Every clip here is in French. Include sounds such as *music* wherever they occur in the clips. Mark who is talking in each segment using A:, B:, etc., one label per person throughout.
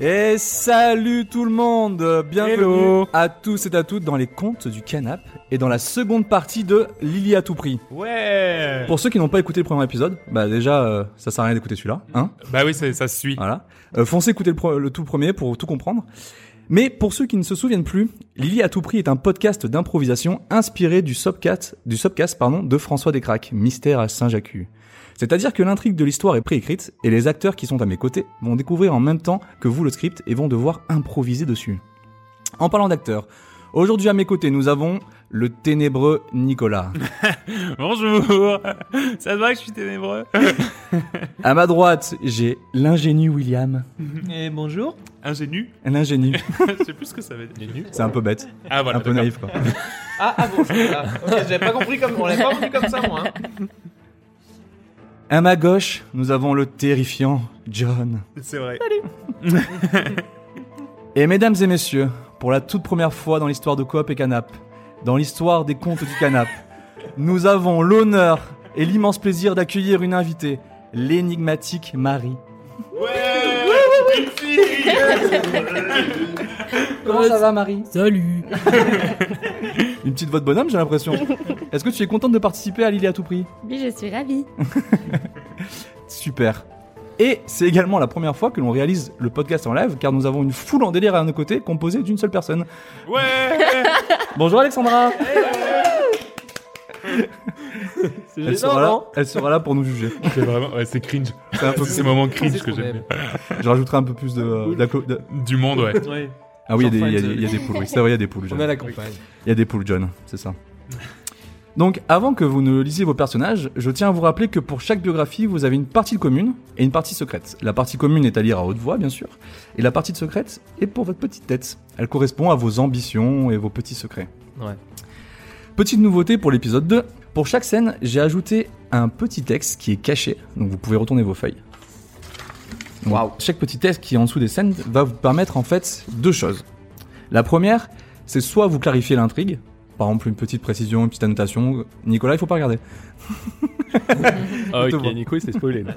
A: Et salut tout le monde Bienvenue
B: Hello.
A: à tous et à toutes dans les contes du canap et dans la seconde partie de Lily à tout prix.
B: Ouais
A: Pour ceux qui n'ont pas écouté le premier épisode, bah déjà euh, ça sert à rien d'écouter celui-là, hein
B: Bah oui, ça, ça se suit.
A: Voilà. Euh, foncez écouter le, pro- le tout premier pour tout comprendre. Mais pour ceux qui ne se souviennent plus, Lily à tout prix est un podcast d'improvisation inspiré du Sopcat, du Sopcast pardon, de François Descraques, Mystère à Saint-Jacques. C'est-à-dire que l'intrigue de l'histoire est préécrite et les acteurs qui sont à mes côtés vont découvrir en même temps que vous le script et vont devoir improviser dessus. En parlant d'acteurs, aujourd'hui à mes côtés nous avons le ténébreux *laughs* Nicolas.
B: Bonjour *laughs* Ça se voit que je suis ténébreux
A: À ma droite, j'ai l'ingénu William.
C: Et bonjour.
B: Ingénu
A: L'ingénu,
B: Ah, *laughs* Je sais plus ce que ça veut dire.
A: c'est un peu *laughs* bête,
B: Ah voilà,
A: un peu
B: d'accord.
A: naïf quoi.
C: Ah, ah bon, c'est ça. Ok, j'avais pas compris comme on l'avait pas compris comme ça moi. hein.
A: À ma gauche, nous avons le terrifiant John.
B: C'est vrai.
A: Et mesdames et messieurs, pour la toute première fois dans l'histoire de Coop et Canap, dans l'histoire des contes du Canap, nous avons l'honneur et l'immense plaisir d'accueillir une invitée, l'énigmatique Marie.
B: Ouais Une fille
A: Comment ça va Marie
D: Salut
A: Une petite voix de bonhomme j'ai l'impression. Est-ce que tu es contente de participer à Lily à tout prix
E: Oui, je suis ravie.
A: Super. Et c'est également la première fois que l'on réalise le podcast en live car nous avons une foule en délire à nos côtés composée d'une seule personne.
B: Ouais
A: Bonjour Alexandra
C: *laughs* C'est
A: elle
C: gênant,
A: sera, là,
C: non
A: elle sera là pour nous juger.
B: *laughs* C'est vraiment... Ouais, c'est cringe.
A: C'est un
C: *laughs*
A: peu-
B: C'est le moment cringe
C: C'est
B: que
C: ce qu'on
B: j'aime bien.
A: Je rajouterai un peu plus de. euh,
C: Cool.
A: d'acco- de-
B: Du monde, ouais.
C: Ouais.
A: Ah oui, il y, a
C: Genre
A: des- il y a
C: fans, euh.
A: des- il y a des poules, oui, c'est vrai, il y a des poules, John.
C: On est à la campagne.
A: Il y a des poules, John, c'est ça. Donc, avant que vous ne lisiez vos personnages, je tiens à vous rappeler que pour chaque biographie, vous avez une partie de commune et une partie secrète. La partie commune est à lire à haute voix, bien sûr, et la partie de secrète est pour votre petite tête. Elle correspond à vos ambitions et vos petits secrets.
C: Ouais.
A: Petite nouveauté pour l'épisode 2. Pour chaque scène, j'ai ajouté un petit texte qui est caché, donc vous pouvez retourner vos feuilles. Donc, Chaque petit texte qui est en dessous des scènes va vous permettre en fait deux choses. La première, c'est soit vous clarifier l'intrigue, par exemple une petite précision, une petite annotation. Nicolas, il faut pas regarder.
F: Ah
A: Te
B: Ah,
F: ok,
A: vois.
F: Nico, il s'est
A: *laughs*
F: spoilé. là.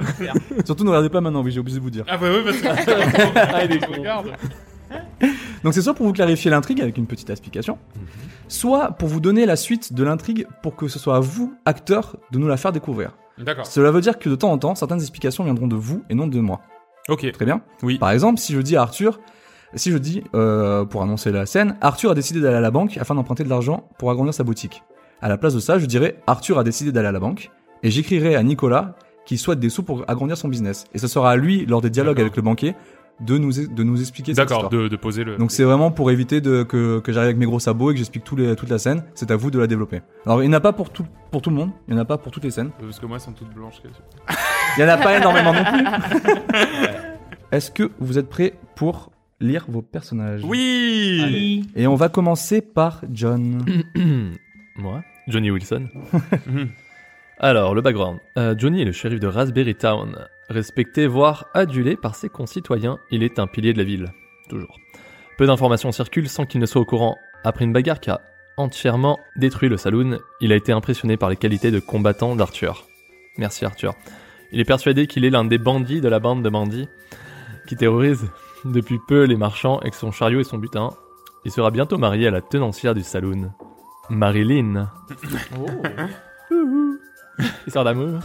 A: Surtout ne regardez pas maintenant, oui, j'ai obligé de vous dire.
B: Ah bah oui, parce que... *laughs* Ah, il est Regarde
A: Donc c'est soit pour vous clarifier l'intrigue avec une petite explication,
F: Mhm.
A: soit pour vous donner la suite de l'intrigue pour que ce soit à vous, acteurs, de nous la faire découvrir.
B: D'accord.
A: Cela veut dire que de temps en temps, certaines explications viendront de vous et non de moi.
B: Ok.
A: Très bien.
B: Oui.
A: Par exemple, si je dis à Arthur, si je dis, euh, pour annoncer la scène, Arthur a décidé d'aller à la banque afin d'emprunter de l'argent pour agrandir sa boutique. À la place de ça, je dirais, Arthur a décidé d'aller à la banque, et j'écrirai à Nicolas qu'il souhaite des sous pour agrandir son business. Et ce sera à lui, lors des dialogues
B: D'accord.
A: avec le banquier, de nous, de nous expliquer cette
B: D'accord,
A: histoire.
B: de, de poser le...
A: Donc c'est vraiment pour éviter de, que, que j'arrive avec mes gros sabots et que j'explique tous les- toute la scène. C'est à vous de la développer. Alors il n'y en a pas pour tout, pour tout le monde, il n'y en a pas pour toutes les scènes.
B: Parce que moi, elles sont toutes blanches. quasi.
A: Il n'y en a pas énormément non plus. Est-ce que vous êtes prêts pour lire vos personnages
B: Oui
A: Et on va commencer par John.
F: *clears throat* Moi, Johnny Wilson. *laughs*
B: Mhm.
F: Alors, le background. Euh, Johnny est le shérif de Raspberry Town. Respecté, voire adulé par ses concitoyens, il est un pilier de la ville. Toujours. Peu d'informations circulent sans qu'il ne soit au courant. Après une bagarre qui a entièrement détruit le saloon, il a été impressionné par les qualités de combattant d'Arthur. Merci Arthur. Il est persuadé qu'il est l'un des bandits de la bande de bandits qui terrorise depuis peu les marchands et que son chariot est son butin. Il sera bientôt marié à la tenancière du saloon. Marilyn.
B: Oh.
F: Histoire d'amour.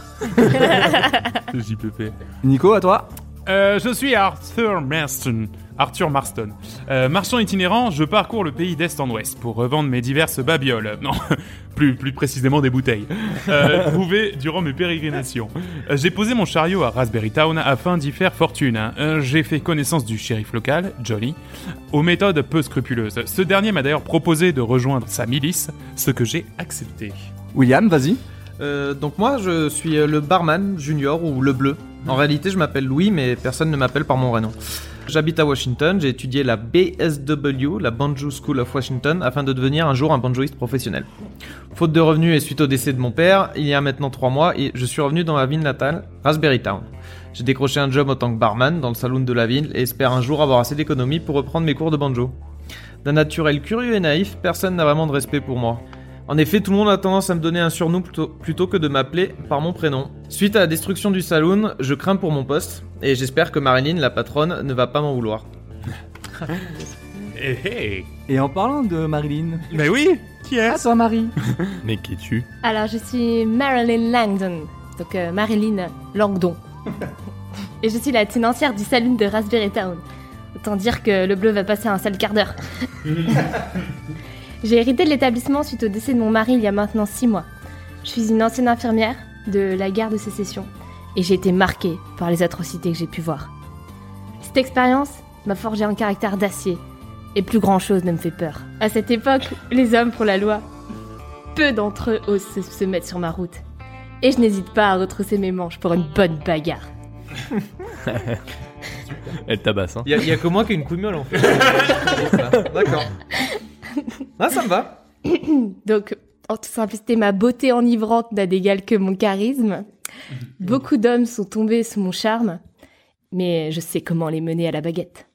B: JPP.
A: Nico, à toi.
B: Euh, je suis Arthur Marston. Arthur Marston. Euh, marchand itinérant, je parcours le pays d'est en ouest pour revendre mes diverses babioles. *laughs* Non, plus, plus précisément des bouteilles. Euh, trouvées durant mes pérégrinations. Euh, J'ai posé mon chariot à Raspberry Town afin d'y faire fortune. Euh, J'ai fait connaissance du shérif local, Jolly, aux méthodes peu scrupuleuses. Ce dernier m'a d'ailleurs proposé de rejoindre sa milice, ce que j'ai accepté.
A: William, vas-y.
C: Euh, donc moi je suis euh, le barman junior ou le bleu. En réalité je m'appelle Louis mais personne ne m'appelle par mon vrai nom. J'habite à Washington, j'ai étudié la BSW, la Banjo School of Washington, afin de devenir un jour un banjoïste professionnel. Faute de revenus et suite au décès de mon père, il y a maintenant 3 mois, et je suis revenu dans ma ville natale, Raspberry Town. J'ai décroché un job en tant que barman dans le saloon de la ville et espère un jour avoir assez d'économies pour reprendre mes cours de banjo. D'un naturel curieux et naïf, personne n'a vraiment de respect pour moi. En effet, tout le monde a tendance à me donner un surnom plutôt, plutôt que de m'appeler par mon prénom. Suite à la destruction du saloon, je crains pour mon poste et j'espère que Marilyn, la patronne, ne va pas m'en vouloir.
B: Eh, eh.
A: Et en parlant de Marilyn.
B: Mais oui Qui
A: À
B: est
A: toi, Marie.
F: Mais qui tu
D: Alors, je suis Marilyn Langdon, donc euh, Marilyn Langdon. Et je suis la tenancière du saloon de Raspberry Town. Autant dire que le bleu va passer un sale quart d'heure. J'ai hérité de l'établissement suite au décès de mon mari il y a maintenant 6 mois. Je suis une ancienne infirmière de la guerre de sécession et j'ai été marquée par les atrocités que j'ai pu voir. Cette expérience m'a forgé un caractère d'acier et plus grand chose ne me fait peur. À cette époque, les hommes pour la loi peu d'entre eux osent se- se mettre sur ma route. Et je n'hésite pas à retrousser mes manches pour une bonne bagarre.
F: Elle tabasse,
B: Bah
F: hein
C: Il y, a que moi qui ai une coumiole
F: *laughs*
C: en fait. C'est ça. D'accord. Ah, ça me va.
D: Donc, en toute simplicité, ma beauté enivrante n'a d'égal que mon charisme. Beaucoup d'hommes sont tombés sous mon charme, mais je sais comment les mener à la baguette.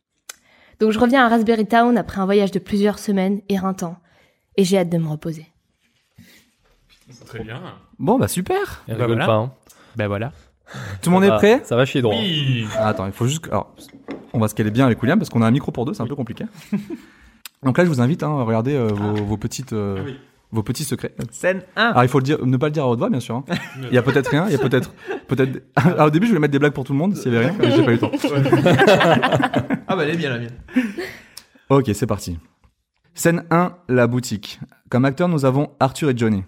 D: Donc, je reviens à Raspberry Town après un voyage de plusieurs semaines éreintant, et j'ai hâte de me reposer.
B: Très bien.
A: Bon, bah super.
F: Elle
B: Bah
F: rigole
B: voilà.
F: pas, hein
B: Ben voilà.
A: Tout le monde est
F: Ah,
A: prêt
F: Ça va chier droit. hein.
B: Oui
A: Ah, Attends, il faut juste. que- Alors, on va se caler bien avec William parce qu'on a un micro pour deux, c'est un peu compliqué. *laughs* Donc là, je vous invite hein, à regarder euh, vos, vos petites. euh,
B: Ah oui.
A: Vos petits secrets.
C: Scène 1.
A: Alors il faut le dire, ne pas le dire à haute voix, bien sûr.
B: *laughs*
A: hein. Il y a peut-être rien, il y a peut-être, peut-être. *laughs* Ah, au début, je voulais mettre des blagues pour tout le monde, s'il y avait rien, mais j'ai pas eu le temps.
C: Ah bah elle est bien la mienne.
A: Ok, c'est parti. Scène 1, la boutique. Comme acteurs, nous avons Arthur et Johnny.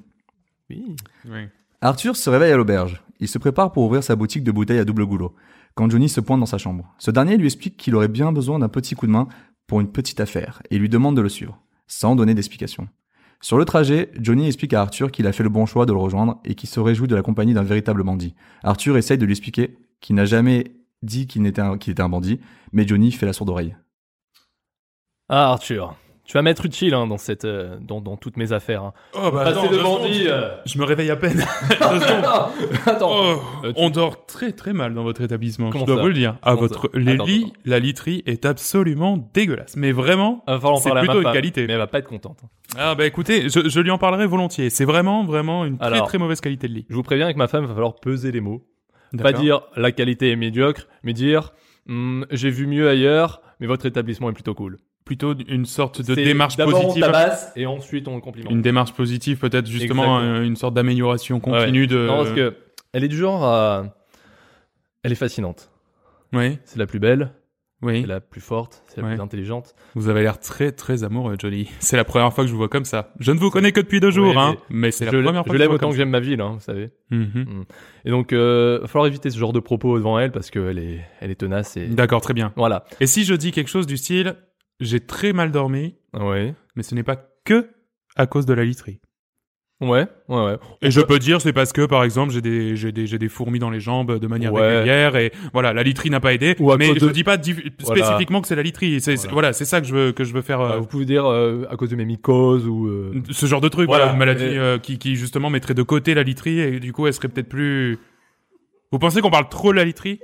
F: Oui.
B: Oui.
A: Arthur se réveille à l'auberge. Il se prépare pour ouvrir sa boutique de bouteilles à double goulot, quand Johnny se pointe dans sa chambre. Ce dernier lui explique qu'il aurait bien besoin d'un petit coup de main pour une petite affaire et lui demande de le suivre, sans donner d'explication. Sur le trajet, Johnny explique à Arthur qu'il a fait le bon choix de le rejoindre et qu'il se réjouit de la compagnie d'un véritable bandit. Arthur essaye de lui expliquer qu'il n'a jamais dit qu'il n'était un- qu'il était un bandit, mais Johnny fait la sourde oreille.
F: Ah, Arthur, tu vas m'être utile hein, dans, cette, euh, dans, dans toutes mes affaires. hein.
B: Oh bah
F: Passer
B: attends,
F: de
B: deux
F: bandit.
B: secondes.
F: euh,
B: Je me réveille à peine.
F: *laughs*
B: Deux secondes.
F: Ah, Attends.
B: Oh,
F: Euh, tu-
B: On dort très très mal dans votre établissement,
F: Comment
B: je dois
F: ça
B: vous le dire. Ah,
F: Comment
B: votre,
F: ça
B: les
F: Attends,
B: lits,
F: attends.
B: la literie est absolument dégueulasse. Mais vraiment,
F: Il va falloir en
B: c'est
F: parler à ma
B: plutôt une
F: femme,
B: qualité.
F: Mais elle va pas être contente. hein.
B: ah bah écoutez, je, je lui en parlerai volontiers. C'est vraiment, vraiment une très
F: Alors.
B: très mauvaise qualité de lit.
F: Je vous préviens, avec ma femme, il va falloir peser les mots. Pas
B: D'accord.
F: dire la qualité est médiocre, mais dire Hmm, j'ai vu mieux ailleurs, mais votre établissement est plutôt cool.
B: Plutôt une sorte de
F: C'est
B: démarche
F: d'abord
B: positive.
F: on tabasse et ensuite on le complimente.
B: Une démarche positive, peut-être justement
F: Exactement.
B: euh, une sorte d'amélioration continue de.
F: Non, parce que elle est du genre à... Elle est fascinante.
B: Oui,
F: C'est la plus belle,
B: oui.
F: c'est la plus forte, c'est la
B: Ouais.
F: plus intelligente.
B: Vous avez l'air très très amoureux, Johnny. C'est la première fois que je vous vois comme ça. Je ne vous connais que depuis deux jours,
F: Oui,
B: hein. Mais c'est la
F: je l'ai-
B: première
F: je
B: fois que je
F: l'aime
B: vous vois
F: autant
B: comme
F: que j'aime ma ville, hein, vous savez.
B: ça. Mhm.
F: Et donc, euh, va falloir éviter ce genre de propos devant elle parce qu'elle est, elle est tenace et...
B: D'accord, très bien.
F: Voilà.
B: Et si je dis quelque chose du style, j'ai très mal dormi,
F: Ouais.
B: mais ce n'est pas que à cause de la literie.
F: Ouais, ouais, ouais.
B: Et je peux dire, c'est parce que, par exemple, j'ai des, j'ai des, j'ai des fourmis dans les jambes de manière
F: Ouais.
B: régulière, et voilà, la literie n'a pas aidé.
F: Ou à
B: mais
F: cause
B: je
F: de-
B: ne dis pas dif-
F: Voilà.
B: spécifiquement que c'est la literie. C'est, c'est-
F: Voilà.
B: voilà. c'est ça que je veux, que je veux faire.
F: Euh,
B: euh,
F: vous pouvez dire euh, à cause de mes mycoses ou... euh,
B: ce genre de truc,
F: Voilà.
B: voilà, une maladie
F: Et-
B: euh, qui, qui justement mettrait de côté la literie et du coup elle serait peut-être plus. Vous pensez qu'on parle trop de la literie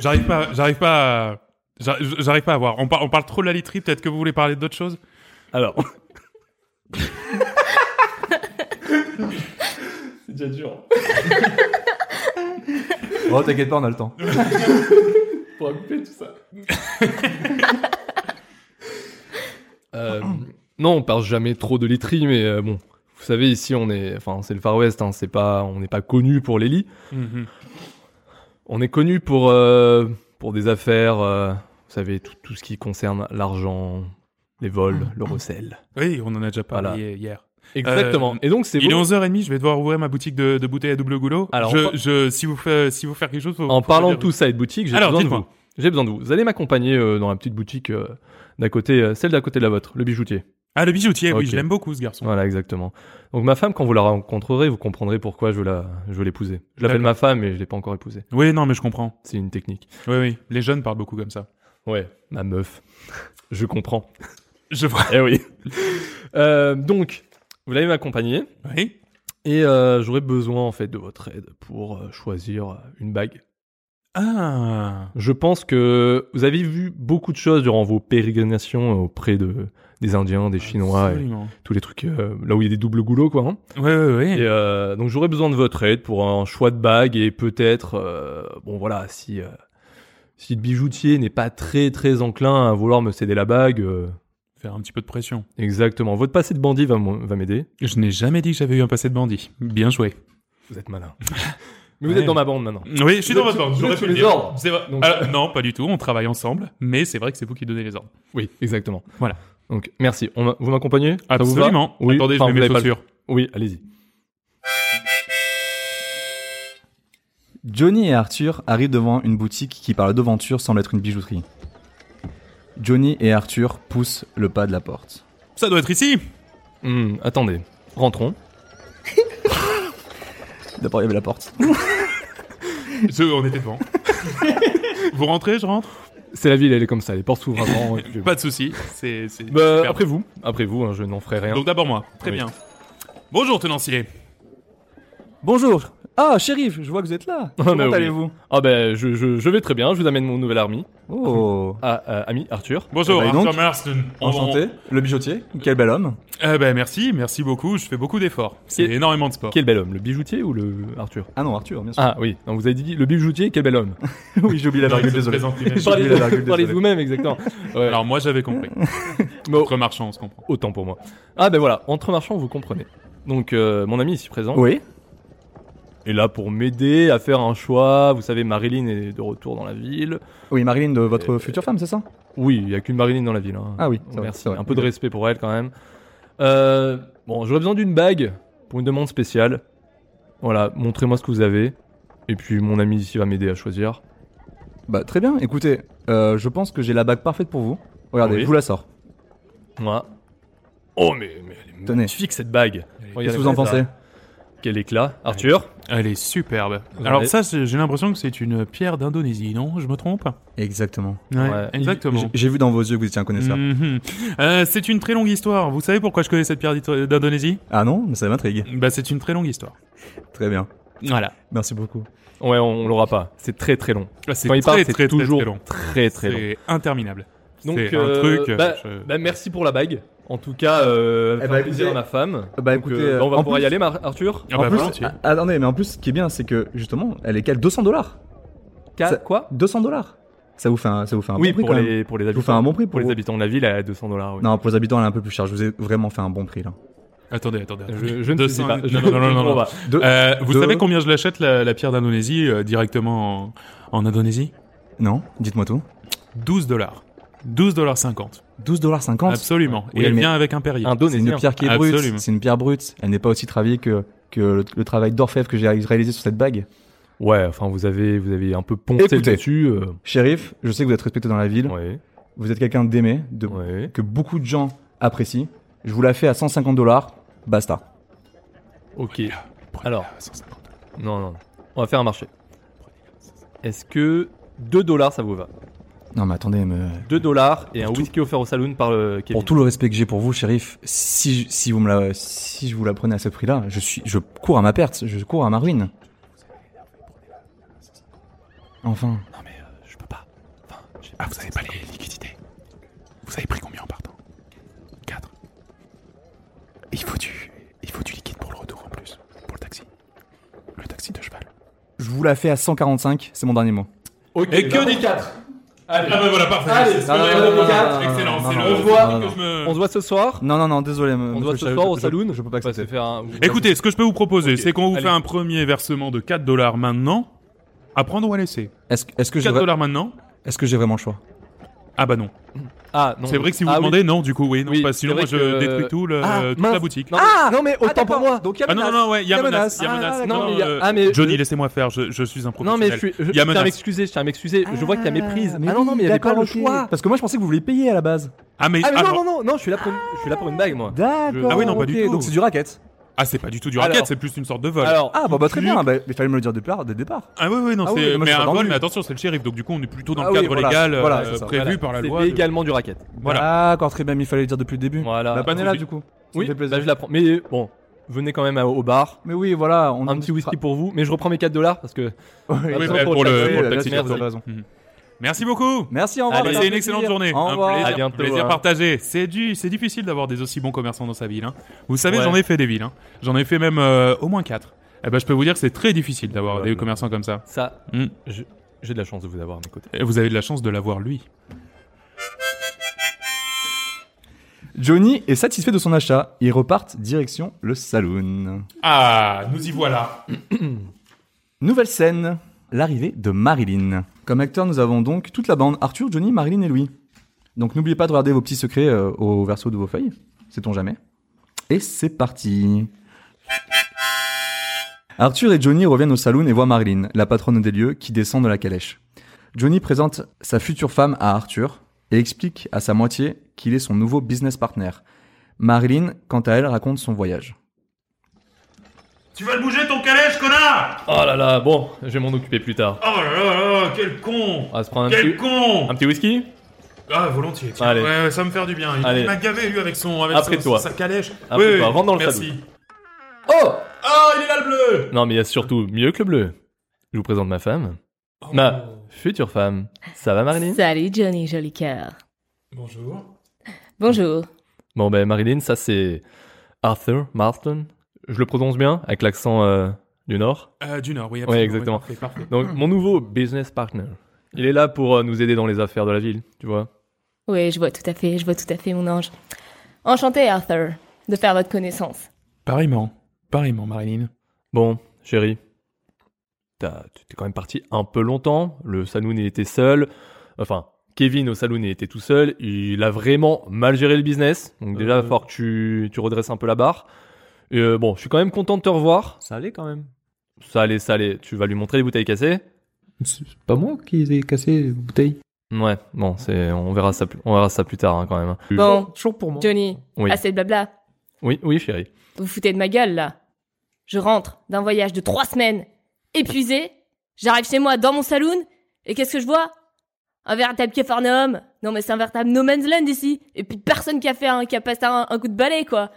B: J'arrive pas, j'arrive pas, à- j'ar- j'arrive pas à voir. On, par- on parle trop de la literie. Peut-être que vous voulez parler d'autre chose.
F: Alors... c'est déjà dur.
A: Oh, t'inquiète pas, on a le temps.
F: pour couper tout ça. euh, non, on parle jamais trop de literie, mais euh, bon, vous savez, ici on est, enfin, c'est le Far West, hein, c'est pas, on n'est pas connu pour les lits. Mm-hmm. On est connu pour euh, pour des affaires, euh, vous savez, tout, tout ce qui concerne l'argent, les vols, le recel.
B: Oui, on en a déjà parlé
F: Voilà.
B: hier.
F: Exactement. Et donc c'est
B: Euh, Il est
F: beau.
B: 11h30, je vais devoir ouvrir ma boutique de, de bouteilles à double goulot.
F: Alors, on
B: je,
F: par-
B: je- si vous faites, si vous faire quelque chose, faut-
F: En
B: faut
F: parlant
B: me
F: de
B: dire.
F: tout ça et de boutique, j'ai
B: Alors,
F: besoin de
B: dites-moi.
F: vous. J'ai besoin de vous. Vous allez m'accompagner euh, dans la petite boutique euh, d'à côté, euh, celle d'à côté de la vôtre, le bijoutier.
B: Ah, le bijoutier, oui,
F: Ok.
B: je l'aime beaucoup ce garçon.
F: Voilà, exactement. Donc ma femme, quand vous la rencontrerez, vous comprendrez pourquoi je veux la, je veux l'épouser. Je l'appelle ma femme, mais je l'ai pas encore épousée.
B: Oui, non, mais je comprends.
F: C'est une technique.
B: Oui, oui, les jeunes parlent beaucoup comme ça.
F: Ouais, ma meuf. *laughs* je comprends.
B: Je vois.
F: Eh oui. *laughs* Euh, donc, vous l'avez m'accompagner
B: Oui.
F: et euh, j'aurais besoin en fait de votre aide pour euh, choisir une bague.
B: Ah.
F: Je pense que vous avez vu beaucoup de choses durant vos pérégrinations auprès de des Indiens, des Chinois, et
B: Absolument.
F: tous les trucs euh, là où il y a des doubles goulots quoi. hein.
B: Oui, oui, Eh oui.
F: Et euh, donc j'aurais besoin de votre aide pour un choix de bague et peut-être, euh, bon voilà, si, euh, si le bijoutier n'est pas très très enclin à vouloir me céder la bague, euh,
B: Faire un petit peu de pression.
F: exactement, votre passé de bandit va m- va m'aider.
B: Je n'ai jamais dit que j'avais eu un passé de bandit. Bien joué.
F: Vous
B: *laughs*
F: êtes malin. Mais vous
B: Ouais.
F: êtes dans ma bande maintenant.
B: Oui, je suis
F: Vous
B: dans votre
F: êtes sous-
B: ordre.
F: vous
B: j'aurais
F: êtes
B: pu
F: sous
B: le
F: les
B: dire.
F: ordres.
B: C'est vrai.
F: Donc-
B: Ah, non, pas du tout. On travaille ensemble, mais c'est vrai que c'est vous qui donnez les ordres.
F: Oui, exactement.
B: Voilà.
F: Donc merci. On m'a- vous m'accompagnez Ça vous va
B: Absolument.
F: Oui.
B: Attendez, je
F: Enfin, vous
B: mets mes
F: n'avez pas le-
B: chaussures.
F: Oui, allez-y.
A: Johnny et Arthur arrivent devant une boutique qui par la devanture semble être une bijouterie. Johnny et Arthur poussent le pas de la porte.
B: Ça doit être ici.
F: Hmm, attendez, rentrons.
A: D'abord il y avait la porte.
B: Je- on était devant. *laughs* vous rentrez, je rentre.
F: C'est la ville, elle est comme ça, les portes s'ouvrent avant.
A: *laughs*
F: et puis-
B: Pas de souci. C'est. c'est
F: Bah,
B: super.
F: après vous, après vous, hein, je n'en ferai rien.
B: Donc d'abord moi. Très
F: Oui.
B: bien. Bonjour tenancier.
A: Bonjour Ah, shérif, je vois que vous êtes là
F: Oh,
A: Comment
F: mais oui.
A: allez-vous
F: Ah ben, je, je- je vais très bien, je vous amène mon nouvel army.
A: Oh
F: Ah, euh, ami Arthur.
B: Bonjour
A: Eh ben, et donc
B: Arthur Marston. On-
A: Enchanté, le bijoutier, quel bel homme
B: on- Eh ben merci, merci beaucoup. Je fais beaucoup d'efforts. C'est
F: Qui-
B: énormément de sport.
F: Quel bel homme, le bijoutier ou le Arthur
A: Ah non, Arthur, bien sûr.
F: Ah oui, non, vous avez dit le bijoutier, quel bel homme.
A: *laughs* oui, j'ai oublié la
B: Non, il
F: *laughs*
A: virgule,
B: se
A: désolé.
B: présente
A: *laughs*
B: lui-même.
A: J'ai oublié la virgule,
F: Parlez de
A: désolé.
F: vous-même, exactement.
A: *laughs*
F: Ouais,
B: Alors moi j'avais compris.
F: Bon.
B: Entre marchands, on se comprend.
F: autant pour moi. Ah ben voilà, entre marchands, vous comprenez. Donc euh, mon ami ici présent
A: Oui
F: est là pour m'aider à faire un choix. Vous savez, Marilyn est de retour dans la ville.
A: Oui, Marilyn, de votre
F: Euh,
A: future femme, c'est ça
F: Oui, il n'y a qu'une Marilyn dans la ville. hein.
A: Ah oui,
F: Oh,
A: c'est vrai,
F: merci.
A: c'est vrai.
F: Un peu de respect pour elle quand même. Euh, bon, j'aurais besoin d'une bague pour une demande spéciale. Voilà, montrez-moi ce que vous avez. Et puis mon ami ici va m'aider à choisir.
A: Bah très bien, écoutez, euh, je pense que j'ai la bague parfaite pour vous. Regardez,
F: Oui.
A: je vous la sors.
F: Moi. Oh mais, mais elle est
A: Tenez.
F: magnifique cette bague.
A: Qu'est-ce que vous en pensez
F: Quel éclat, Arthur.
B: Elle est superbe.
F: Ouais.
B: Alors ça, c'est- j'ai l'impression que c'est une pierre d'Indonésie, non Je me trompe
A: Exactement.
F: Ouais.
B: exactement.
A: J'ai- J'ai vu dans vos yeux que vous étiez un connaisseur.
F: Mm.
B: Mhm. Euh, c'est une très longue histoire. Vous savez pourquoi je connais cette pierre d'Ito- d'Indonésie
A: Ah non, mais ça m'intrigue.
B: Bah, c'est une très longue histoire.
A: Très bien.
B: Voilà.
A: Merci beaucoup.
F: Ouais, on, on l'aura pas. C'est très très long.
B: Là, Ah, C'est
F: Quand
B: très,
F: il parle,
B: très,
F: c'est
B: très, très
F: toujours
B: long.
F: très très long.
B: C'est interminable.
F: Donc
B: c'est
F: euh,
B: un truc. euh,
F: bah,
B: je-
F: bah, merci pour la bague. En tout cas, euh,
A: Eh
F: faire
A: bah,
F: plaisir à
A: écoutez-
F: ma femme.
A: Bah
F: Donc, euh, bah, on va
A: en
F: pouvoir
A: plus-
F: y aller, Mar- Arthur.
B: Ah
A: en
B: bah,
A: plus-
B: volontiers.
F: euh,
A: ah, attendez, mais en plus, ce qui est bien, c'est que justement, elle est qu'à 200 dollars.
F: Qu'à-
A: Ça-
F: quoi
A: 200 dollars. Ça vous fait un, ça vous fait un
F: Oui,
A: bon prix
F: pour
A: quand même.
F: les, pour les
A: Je vous fais un
F: habitants.
A: bon prix
F: Pour
A: pour,
F: les
A: vous.
F: habitants de la ville, à 200 dollars.
A: Non, pour les habitants, elle est un peu plus chère. Je vous ai vraiment fait un bon prix là.
B: Attendez, attendez. attendez.
F: Je, je ne sais
B: 200
F: pas. Je-
B: Non, non, non, non,
F: je
B: non.
F: comprends pas.
A: Deux-
B: Euh, vous
A: Deux-
B: savez combien je l'achète la, la pierre d'Indonésie euh, directement en, en Indonésie
A: Non, dites-moi tout.
B: 12 dollars. 12 dollars 50.
A: 12 dollars 50.
B: Absolument.
A: Oui,
B: Et elle
A: mais-
B: vient avec un périer.
A: C'est une
F: Indonésien.
A: pierre qui est
B: Absolument.
A: brute. C'est une pierre brute. Elle n'est pas aussi travaillée que, que le, le travail d'orfèvre que j'ai réalisé sur cette bague.
F: Ouais, enfin, vous avez, vous avez un peu poncé
A: Écoutez.
F: le dessus. euh,
A: Shérif, je sais que vous êtes respecté dans la ville.
F: ouais,
A: Vous êtes quelqu'un d'aimé, de,
F: ouais.
A: que beaucoup de gens apprécient. Je vous la fais à 150 dollars. Basta.
F: Ok.
B: Ah,
F: Alors, non, non. On va faire un marché. Est-ce que 2 dollars ça vous va
A: Non, mais attendez, mais
F: 2 dollars et un
A: Pour tout-
F: whisky offert au saloon par le Kevin.
A: pour tout le respect que j'ai pour vous, shérif, si, je- si vous me la, si je vous la prenez à ce prix-là, je suis, je cours à ma perte, je cours à ma ruine. Enfin,
F: Non mais euh, je peux pas. Enfin, j'ai
B: Ah, vous avez pas les liquidités. Vous avez pris combien en partant 4. Il faut du il faut du liquide pour le retour en plus, pour le taxi. Le taxi de cheval.
A: je vous la fais à 145, c'est mon dernier mot.
B: Et que des 4 Allez. Ah bah voilà, parfait. Allez,
A: Non, non, non, non, non, non,
B: excellent,
A: Ah, non,
B: c'est
A: non,
B: le
A: non, non,
B: que je me-
F: Ah, On se voit ce soir.
A: Non, non, non, désolé.
F: On se
A: monsieur
F: voit ce
A: Sheriff,
F: soir au
A: je-
F: saloon.
A: je peux pas
F: On va se
A: accepter.
F: faire un-
B: Écoutez, ce que je peux vous proposer,
F: Ok,
B: c'est qu'on vous
F: allez.
B: fait un premier versement de 4 dollars maintenant, à prendre ou à laisser.
A: Est-ce, est-ce que j'ai,
B: 4
A: vra-
B: dollars maintenant
A: est-ce que j'ai vraiment le choix
B: Ah bah non.
F: Ah, non.
B: C'est vrai que si vous
F: Ah oui.
B: demandez, non, du coup, oui, non,
F: Oui,
B: parce que sinon, moi, je
F: c'est vrai que-
B: détruis tout le,
F: Ah,
B: toute
F: mince.
B: la boutique.
F: Non,
A: Ah
F: non, mais autant pour
A: d'accord.
F: moi.
A: Donc il y a
B: Ah non,
A: menace.
B: non, non, ouais, il y a menace.
A: menace.
B: Il y a
A: Ah,
B: menace.
A: d'accord.
F: Non, mais il y a-
B: euh,
F: ah, mais-
B: Johnny,
F: je-
B: laissez-moi faire, je, je suis un
F: Non, mais je,
B: professionnel.
F: suis, je,
B: Il y a
F: je tiens à
B: menace.
F: m'excuser, je tiens à m'excuser. Je vois qu'il y a méprise.
A: Ah,
F: Mais non, non, mais il y avait pas
A: d'accord,
F: le
A: ok.
F: choix.
A: Parce que moi, je pensais que vous vouliez payer à la base.
B: Ah, mais.
F: Ah, mais
B: ah,
F: non,
B: non.
F: non, non, non, je suis là pour une, je suis là pour une bague, moi.
A: D'accord.
B: Ah oui, non, pas du
A: ok.
B: tout.
A: Donc c'est du racket.
B: Ah, c'est pas du tout du
F: Alors-
B: racket, c'est plus une sorte de vol.
F: Alors,
A: Ah, bah, bah très
B: Tu-
A: bien. Bah, il fallait me le dire dès le départ. dès le départ.
B: Ah, oui, oui, non,
A: Ah oui,
B: c'est.
A: moi, je
B: mais
A: serais
B: un vol,
A: entendu.
B: mais attention, c'est le shérif, donc du coup, on est plutôt dans
A: Ah
B: le
A: oui,
B: cadre
A: voilà,
B: légal
A: voilà,
B: euh,
A: c'est ça,
B: prévu
F: voilà,
B: par la
F: c'est
B: loi. de-
F: Légalement du racket.
B: Voilà.
A: D'accord, très bien. Mais Bah, il fallait le dire depuis le début.
F: Voilà.
A: Bah, on est là,
B: Entendu.
A: du coup. Ça me
F: Oui,
A: fait plaisir.
F: bah, je la prends. Mais bon, venez quand même à- au bar.
A: Mais oui, voilà. On
F: Un
A: *laughs*
F: petit whisky pour vous. Mais je reprends mes 4 dollars parce que.
A: Oui,
B: Oui,
F: Attention
B: bah,
F: pour
B: pour
F: le
B: le
F: taxi,
B: pour le
A: là,
B: taxi,
A: tu
B: t'as
A: as raison.
B: Mhm. Merci beaucoup.
A: Merci, au revoir.
F: Allez,
A: ça
B: c'est
A: fait
B: une excellente
A: plaisir.
B: journée.
A: Au
B: Un
A: revoir.
B: plaisir,
F: À bientôt,
B: plaisir
F: hein.
B: partagé. C'est du, c'est difficile d'avoir des aussi bons commerçants dans sa ville. hein. Vous savez,
F: Ouais.
B: j'en ai fait des villes. hein. J'en ai fait même euh, au moins quatre. Eh ben, je peux vous dire que c'est très difficile d'avoir
F: Ouais,
B: des
F: ouais.
B: commerçants comme ça.
F: Ça,
B: Hmm.
F: je- j'ai de la chance de vous avoir à mes côtés.
B: Et vous avez de la chance de l'avoir lui.
A: Johnny est satisfait de son achat. Ils repartent direction le saloon.
B: Ah, nous y voilà.
A: Nouvelle scène. L'arrivée de Marilyn. Comme acteur, nous avons donc toute la bande. Arthur, Johnny, Marilyn et Louis. Donc n'oubliez pas de regarder vos petits secrets euh, au verso de vos feuilles. Sait-on jamais. Et c'est parti. Arthur et Johnny reviennent au saloon et voient Marilyn, la patronne des lieux, qui descend de la calèche. Johnny présente sa future femme à Arthur et explique à sa moitié qu'il est son nouveau business partner. Marilyn, quant à elle, raconte son voyage.
B: Tu vas le bouger ton calèche, connard
F: Oh là là, bon, je vais m'en occuper plus tard.
B: Oh là là là, quel con
F: On va se prendre un petit,
B: con
F: un petit whisky
B: Ah, volontiers.
F: tiens. Allez. Ouais,
B: ça me faire du bien.
F: il Allez. m'a
B: gavé, lui, avec son
F: Après son- toi. sa
B: calèche.
F: Après Oui, toi, oui, rentre dans le merci.
A: Oh
B: Ah, il est là, le bleu
F: Non, mais il y a surtout mieux que le bleu. Je vous présente ma femme. Ma
B: Oh,
F: future femme. Ça va, Marilyn
D: Salut Johnny, joli cœur.
B: Bonjour.
D: Bonjour.
F: Bon, ben, Marilyn, ça c'est Arthur Marston. Je le prononce bien, avec l'accent euh, du Nord.
B: Euh, du Nord, oui,
F: absolument, exactement.
B: parfait, parfait.
F: Donc, mon nouveau business partner. Il est là pour euh, nous aider dans les affaires de la ville, tu vois.
D: Oui, je vois tout à fait, je vois tout à fait, mon ange. Enchanté, Arthur, de faire votre connaissance.
B: Pareillement. Pareillement, Marilyn.
F: Bon, chérie, t'as- tu t'es quand même parti un peu longtemps. Le saloon, il était seul. Enfin, Kevin au saloon, il était tout seul. Il a vraiment mal géré le business. Donc, déjà,
C: Euh.
F: fort que tu, tu redresses un peu la barre. Et, euh, bon, je suis quand même content de te revoir.
C: Ça allait quand même.
F: Ça allait, ça allait. Tu vas lui montrer les bouteilles cassées
C: C'est pas moi qui ai cassé les bouteilles.
F: Ouais, bon, c'est, on verra ça, plus- on verra ça plus tard hein, quand même. hein.
D: Bon,
C: Toujours pour moi.
D: Johnny,
F: Oui,
D: assez de blabla.
F: oui, oui, chérie.
D: Vous vous foutez de ma gueule, là. Je rentre d'un voyage de trois semaines, épuisé. J'arrive chez moi dans mon saloon, et qu'est-ce que je vois Un véritable cafarnaum. Non, mais c'est un véritable no man's land ici. Et puis personne qui a fait un, qui a passé un, un coup de balai, quoi.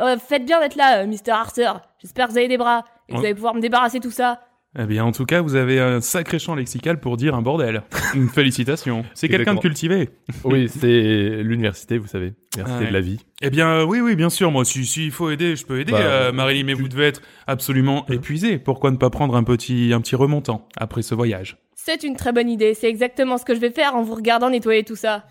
D: Euh, faites bien d'être là, euh, Mr. Arthur. J'espère que vous avez des bras, et que
B: Ouais.
D: vous allez pouvoir me débarrasser de tout ça.
B: Eh bien, en tout cas, vous avez un sacré champ lexical pour dire un
F: *laughs*
B: bordel. Une félicitation. C'est quelqu'un de
F: Exactement.
B: cultivé.
F: Oui, c'est l'université, vous savez, l'université
B: Ouais.
F: de la vie.
B: Eh bien, euh, oui, oui, bien sûr. Moi, si, si il faut aider, je peux aider,
F: Bah,
B: euh, Marilyn. Mais
F: tu-
B: vous devez être absolument épuisé. Pourquoi ne pas prendre un petit, un petit remontant après ce voyage
D: C'est une très bonne idée, c'est exactement ce que je vais faire en vous regardant nettoyer tout ça.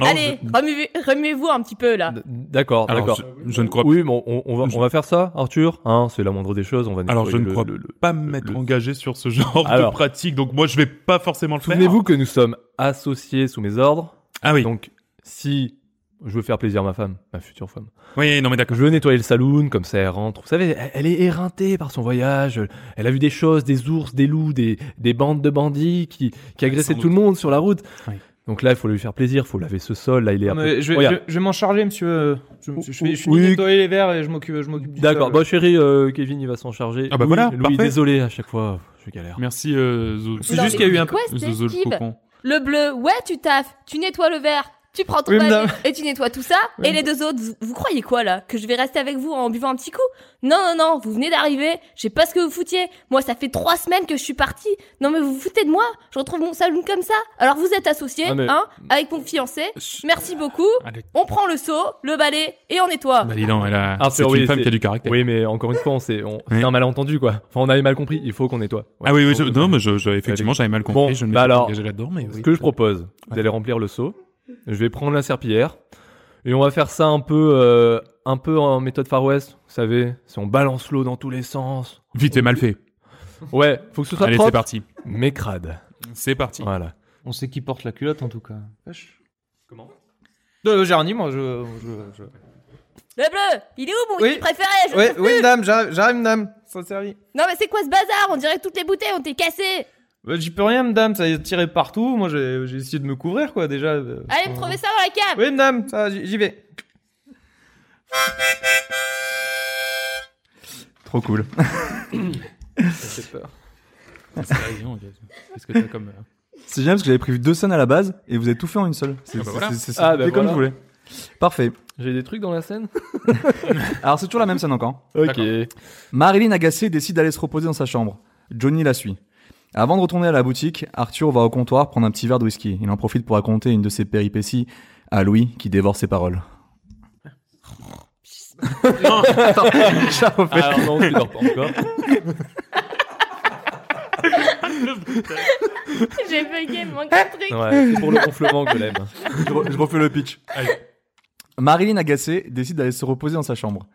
D: Allez, remuez- remuez-vous un petit peu
B: Ah.
D: là.
F: D- D'accord,
B: Alors,
F: Ah, d'accord.
B: je, je ne crois
F: Oui, bon, on, on va,
B: Je-
F: on va faire ça, Arthur. Hein, c'est la moindre des choses. On va.
B: Alors, je
F: nettoyer
B: ne
F: le-
B: crois
F: le- le-
B: pas m'être
F: le-
B: engagé sur ce genre
F: Alors.
B: de pratique. Donc, moi, je vais pas forcément le faire.
F: Souvenez-vous que nous sommes associés sous mes ordres.
B: Ah oui.
F: Donc, si je veux faire plaisir à ma femme, ma future femme,
B: Oui, non, mais
F: je
B: d'accord.
F: veux nettoyer le saloon comme ça, elle rentre. Vous savez, elle, elle est éreintée par son voyage. Elle a vu des choses, des ours, des loups, des, des bandes de bandits qui, qui agressaient
B: Sans
F: tout le monde sur la route.
B: Oui.
F: Donc là, il faut lui faire plaisir, il faut laver ce sol. Là, il est un peu-
C: je vais,
F: Regarde.
C: je- je vais m'en charger, monsieur. euh, Je, je, je, suis- je suis
F: Oh, Oui.
C: nettoyer les verres et je m'occupe, je m'occupe du
F: D'accord,
C: sol.
F: bah chérie, euh, Kevin, il va s'en charger.
B: Ah bah
F: Louis,
B: voilà,
F: Louis,
B: parfait.
F: désolé à chaque fois, je galère.
B: Merci, euh, Zou-
C: C'est juste qu'il y a eu un peu-
D: Quoi, c'était
B: Zouzou le
D: Kib
B: faucon.
D: Le bleu, ouais, tu taffes, tu nettoies le verre, tu prends ton
C: Oui,
D: balai
C: madame.
D: et tu nettoies tout ça.
C: Oui,
D: et les deux autres, vous, vous croyez quoi là Que je vais rester avec vous en buvant un petit coup Non, non, non, vous venez d'arriver, je sais pas ce que vous foutiez. Moi, ça fait trois semaines que je suis partie. Non, mais vous vous foutez de moi Je retrouve mon saloon comme ça. Alors vous êtes associés,
F: Ah, mais-
D: hein, avec mon fiancé.
B: Chut.
D: Merci beaucoup.
B: Allez.
D: On prend le seau, le balai et on nettoie.
B: Bah dis donc, elle a...
F: Arthur,
B: c'est
F: oui,
B: une femme
F: Ah, c'est-
B: qui a du caractère.
F: Oui, mais encore une fois, on s'est, on,
B: Oui.
F: c'est un malentendu quoi. Enfin, on avait mal compris. Il faut qu'on nettoie. Ouais,
B: ah oui, oui,
F: il faut
B: je-
F: qu'on-
B: non, mais je, je- effectivement, j'avais mal compris. je
F: Bon,
B: ne
F: bah
B: m'étais pas
F: alors,
B: engagé là-dedans, mais
F: Ce
B: oui.
F: que je propose, vous allez remplir le seau. Je vais prendre la serpillière et on va faire ça un peu, euh, un peu en méthode Far West. Vous savez, si on balance l'eau dans tous les sens.
B: Vite et mal fait.
F: Ouais, faut que ce soit
B: Allez, c'est
F: propre,
B: parti.
F: mais crade.
B: C'est parti.
F: Voilà.
C: On sait qui porte la culotte en tout cas. De Jarny, moi, je. je- je-
D: Le bleu, il est où mon
C: Oui.
D: whisky préféré Je le *laughs*
C: Ouais,
D: trouve
C: oui,
D: plus.
C: madame, j'arrive, j'arrive, madame. Ça servi.
D: Non mais c'est quoi ce bazar On dirait que toutes les bouteilles ont été cassées.
C: Bah, J'y peux rien, madame, ça a tiré partout. Moi, j'ai j'ai essayé de me couvrir, quoi, déjà. euh,
D: Allez me
C: euh,
D: trouver ça dans la
C: *laughs*
D: cave.
C: Oui, madame, ça, j'y j'y vais.
A: Trop cool.
C: Ça fait peur.
B: Qu'est-ce que t'as comme. euh,
A: C'est génial parce que j'avais prévu deux scènes à la base et vous avez tout fait en une seule. C'est
B: Ah bah
A: c'est-
B: voilà.
A: c'est- c'est-
F: Ah bah
A: c'était comme
F: voilà.
A: je voulais. Parfait.
F: J'ai des trucs dans la scène
A: Alors c'est toujours la même scène encore.
F: Ok.
B: D'accord.
A: Marilyn agacée décide d'aller se reposer dans sa chambre. Johnny la suit. Avant de retourner à la boutique, Arthur va au comptoir prendre un petit verre de whisky. Il en profite pour raconter une de ses péripéties à Louis qui dévore ses paroles. Attends, *laughs* j'ai refait.
F: Alors Ah, non, tu dors pas encore.
D: J'ai bugué, il
C: Eh,
D: me manque un truc.
F: Ouais, c'est pour le gonflement que l'aime.
A: Je re- je refais le pitch.
B: Allez.
A: Marilyn agacée décide d'aller se reposer dans sa chambre.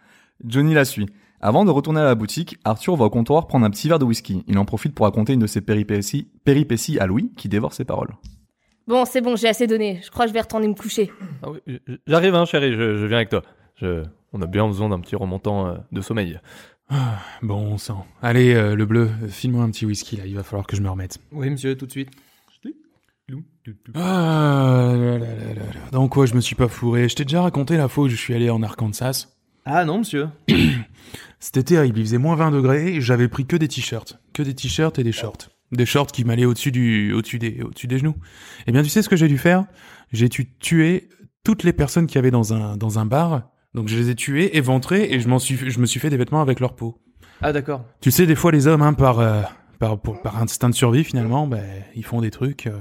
A: Johnny la suit. Avant de retourner à la boutique, Arthur va au comptoir prendre un petit verre de whisky. Il en profite pour raconter une de ses péripéties, péripéties à Louis qui dévore ses paroles.
D: Bon, c'est bon, j'ai assez donné. Je crois que je vais retourner me coucher.
F: Ah oui, j- j- j'arrive, hein, chérie, je, je viens avec toi. Je- on a bien besoin d'un petit remontant euh, de sommeil.
B: Bon sang. Allez, euh, le bleu, euh, file-moi un petit whisky là, il va falloir que je me remette.
C: Oui, monsieur, tout de suite.
B: Ah, là, là, là, là, là. Dans quoi je me suis pas fourré Je t'ai déjà raconté la fois où je suis allé en Arkansas.
C: Ah non, monsieur.
B: C'était terrible, il faisait moins 20 degrés, j'avais pris que des t-shirts. Que des t-shirts et des shorts. Des shorts qui m'allaient au-dessus du, au-dessus des, au-dessus des genoux. Eh bien, tu sais ce que j'ai dû faire? J'ai dû tuer toutes les personnes qu'il y avait dans un, dans un bar. Donc, je les ai tuées, éventrées, et je m'en suis, je me suis fait des vêtements avec leur peau.
C: Ah d'accord.
B: Tu sais, des fois, les hommes, hein, par, euh, par, pour- par instinct de survie, finalement, ben, ils font des trucs, euh,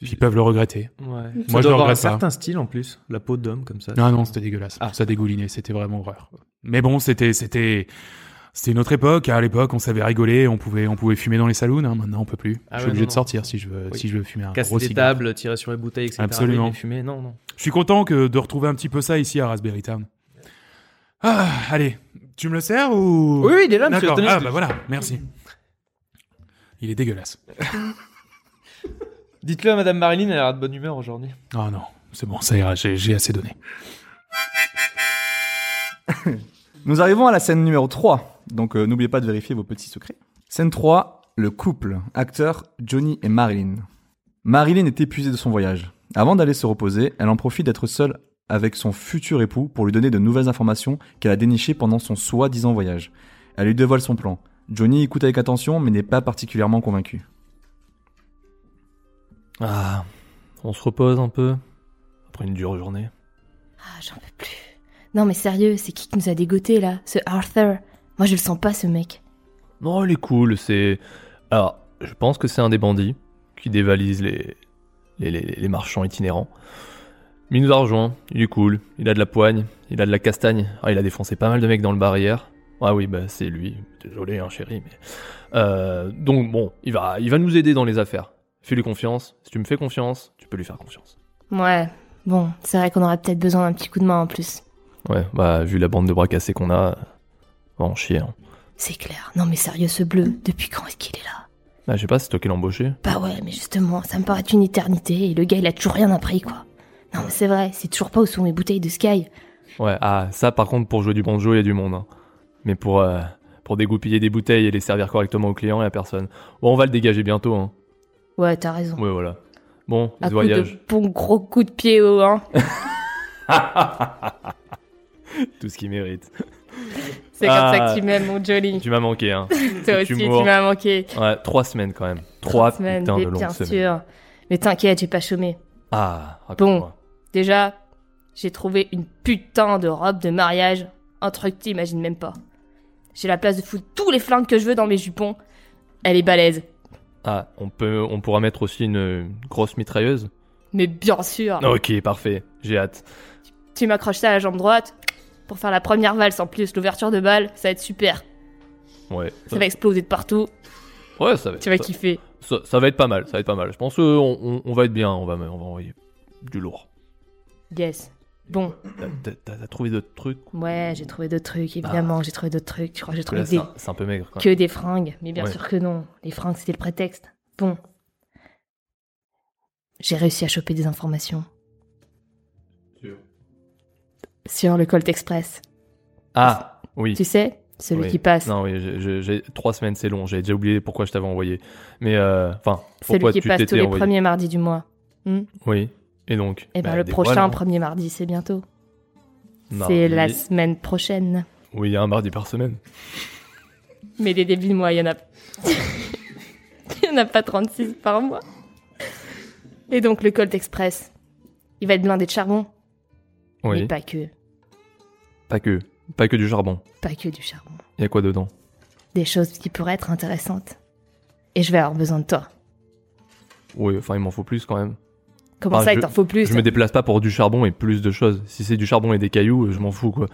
B: puis ils peuvent le regretter.
C: Ouais.
B: Moi,
C: Moi,
B: je
C: je
B: le
C: avoir un
B: regrette pas.
C: certain style en plus, la peau d'homme comme ça.
B: Non, non, c'était dégueulasse.
C: Ah.
B: Ça dégoulinait, c'était vraiment horreur. Mais bon, c'était, c'était, c'était une autre époque. À l'époque, on savait rigoler, on pouvait, on pouvait fumer dans les saloons. hein. Maintenant, on peut plus.
C: Ah
B: je suis
C: ouais,
B: obligé
C: non,
B: de
C: non.
B: sortir si je veux,
C: Oui.
B: si je veux fumer un
C: Casser
B: gros
C: des
B: cigare.
C: tables, tirer sur les bouteilles, etc.
B: Absolument.
C: Et les fumer. Non, non.
B: Je suis content que de retrouver un petit peu ça ici à Raspberry Town. Ah, allez, tu me le sers ou
C: Oui, oui, il est là, monsieur.
B: D'accord.
C: Tenez,
B: Ah
C: c'est-
B: bah voilà, merci. Il est dégueulasse.
C: Dites-le à Madame Marilyn, elle a l'air de bonne humeur aujourd'hui.
B: Ah non, c'est bon, ça ira. J'ai, j'ai assez donné.
A: Nous arrivons à la scène numéro 3, donc euh, n'oubliez pas de vérifier vos petits secrets. Scène 3, le couple, acteurs Johnny et Marilyn. Marilyn est épuisée de son voyage. Avant d'aller se reposer, elle en profite d'être seule avec son futur époux pour lui donner de nouvelles informations qu'elle a dénichées pendant son soi-disant voyage. Elle lui dévoile son plan. Johnny écoute avec attention mais n'est pas particulièrement convaincu.
F: Ah, on se repose un peu après une dure journée.
D: Ah, j'en peux plus. Non mais sérieux, c'est qui qui nous a dégoté là Ce Arthur. Moi je le sens pas ce mec.
F: Non, il est cool, c'est... Alors, je pense que c'est un des bandits qui dévalise les... Les, les, les marchands itinérants. Mais il nous a rejoint, il est cool, il a de la poigne, il a de la castagne. Ah, il a défoncé pas mal de mecs dans le barrière. Ah oui, bah c'est lui, désolé hein chéri, mais... Euh, donc bon, il va, il va nous aider dans les affaires. Fais-lui confiance, si tu me fais confiance, tu peux lui faire confiance.
D: Ouais, bon, c'est vrai qu'on aurait peut-être besoin d'un petit coup de main en plus.
F: Ouais, bah vu la bande de bras cassés qu'on a, euh, on va en chier. hein.
D: C'est clair. Non mais sérieux, ce bleu, depuis quand est-ce qu'il est là
F: Ah, je sais pas, c'est toi qui l'as embauché
D: Bah ouais, mais justement, ça me paraît une éternité et le gars il a toujours rien appris quoi. Non mais c'est vrai, c'est toujours pas où sont mes bouteilles de Sky.
F: Ouais, ah, ça par contre, pour jouer du banjo, il y a du monde. hein. Mais pour, euh, pour dégoupiller des bouteilles et les servir correctement aux clients, il y a personne. Bon, on va le dégager bientôt. Hein.
D: Ouais, t'as raison.
F: Ouais, voilà. Bon,
D: Un
F: ce
D: coup
F: voyage,
D: de bon gros coup de pied au hein.
F: tout ce qu'il mérite.
D: C'est
F: comme ça que tu
D: m'aimes mon Jolly.
F: Tu m'as manqué, hein.
D: Toi
F: aussi, Ah. tu L'humour. m'as
D: manqué.
F: Ouais, trois semaines quand même. Trois putains de longues
D: bien
F: semaines.
D: sûr. Mais t'inquiète, j'ai pas chômé.
F: Ah, raconte-moi.
D: Déjà, j'ai trouvé une putain de robe de mariage. Un truc que t'imagines même pas. J'ai la place de foutre tous les flingues que je veux dans mes jupons. Elle est balèze.
F: Ah, on, peut, on pourra mettre aussi une, une grosse mitrailleuse
D: Mais bien sûr,
F: Ok, parfait. J'ai hâte.
D: tu m'accroches ça à la jambe droite pour faire la première valse en plus, l'ouverture de balle, ça va être super.
F: Ouais.
D: Ça va exploser de partout,
F: Ouais, ça va.
D: tu vas
F: ça-
D: kiffer.
F: ça, ça va être pas mal, ça va être pas mal. Je pense qu'on on, on va être bien, on va, on va envoyer du lourd.
D: Yes. Bon,
F: T'as- t'as- T'as t'as trouvé d'autres trucs
D: ouais, j'ai trouvé d'autres trucs, évidemment, j'ai trouvé d'autres trucs. Tu crois que j'ai
F: Bah. Parce que
D: trouvé
F: là, c'est
D: des
F: un- c'est un peu maigre quand
D: que des fringues, mais bien
F: Ouais.
D: sûr que non. Les fringues, c'était le prétexte. Bon. J'ai réussi à choper des informations. sur le Colt Express.
F: Ah, oui.
D: Tu sais, celui
F: Oui.
D: qui passe.
F: Non, oui, j'ai- j'ai j'ai- trois semaines, c'est long. J'avais déjà oublié pourquoi je t'avais envoyé. Mais, euh, enfin,
D: celui
F: pourquoi
D: qui
F: tu
D: passe tous
F: t'étais
D: les
F: envoyé.
D: premiers mardis du mois.
F: Oui. Et donc
D: Et ben
F: bah,
D: le
F: des
D: prochain
F: voilà.
D: premier mardi, c'est bientôt.
F: Mardi.
D: C'est la semaine prochaine.
F: Oui, il y a un mardi par semaine.
D: Mais des débuts de mois, il y en a. *laughs* il y en a pas 36 par mois. Et donc le Colt Express, il va être blindé de charbon, mais
F: Oui.
D: pas que,
F: Pas que. Pas que du charbon.
D: pas que du charbon.
F: Il y a quoi dedans
D: Des choses qui pourraient être intéressantes. Et je vais avoir besoin de toi.
F: Oui, enfin, il m'en faut plus quand même.
D: Comment
F: Ah,
D: ça,
F: je-
D: il t'en faut plus
F: Je me déplace pas pour du charbon et plus de choses. Si c'est du charbon et des cailloux, je m'en fous quoi.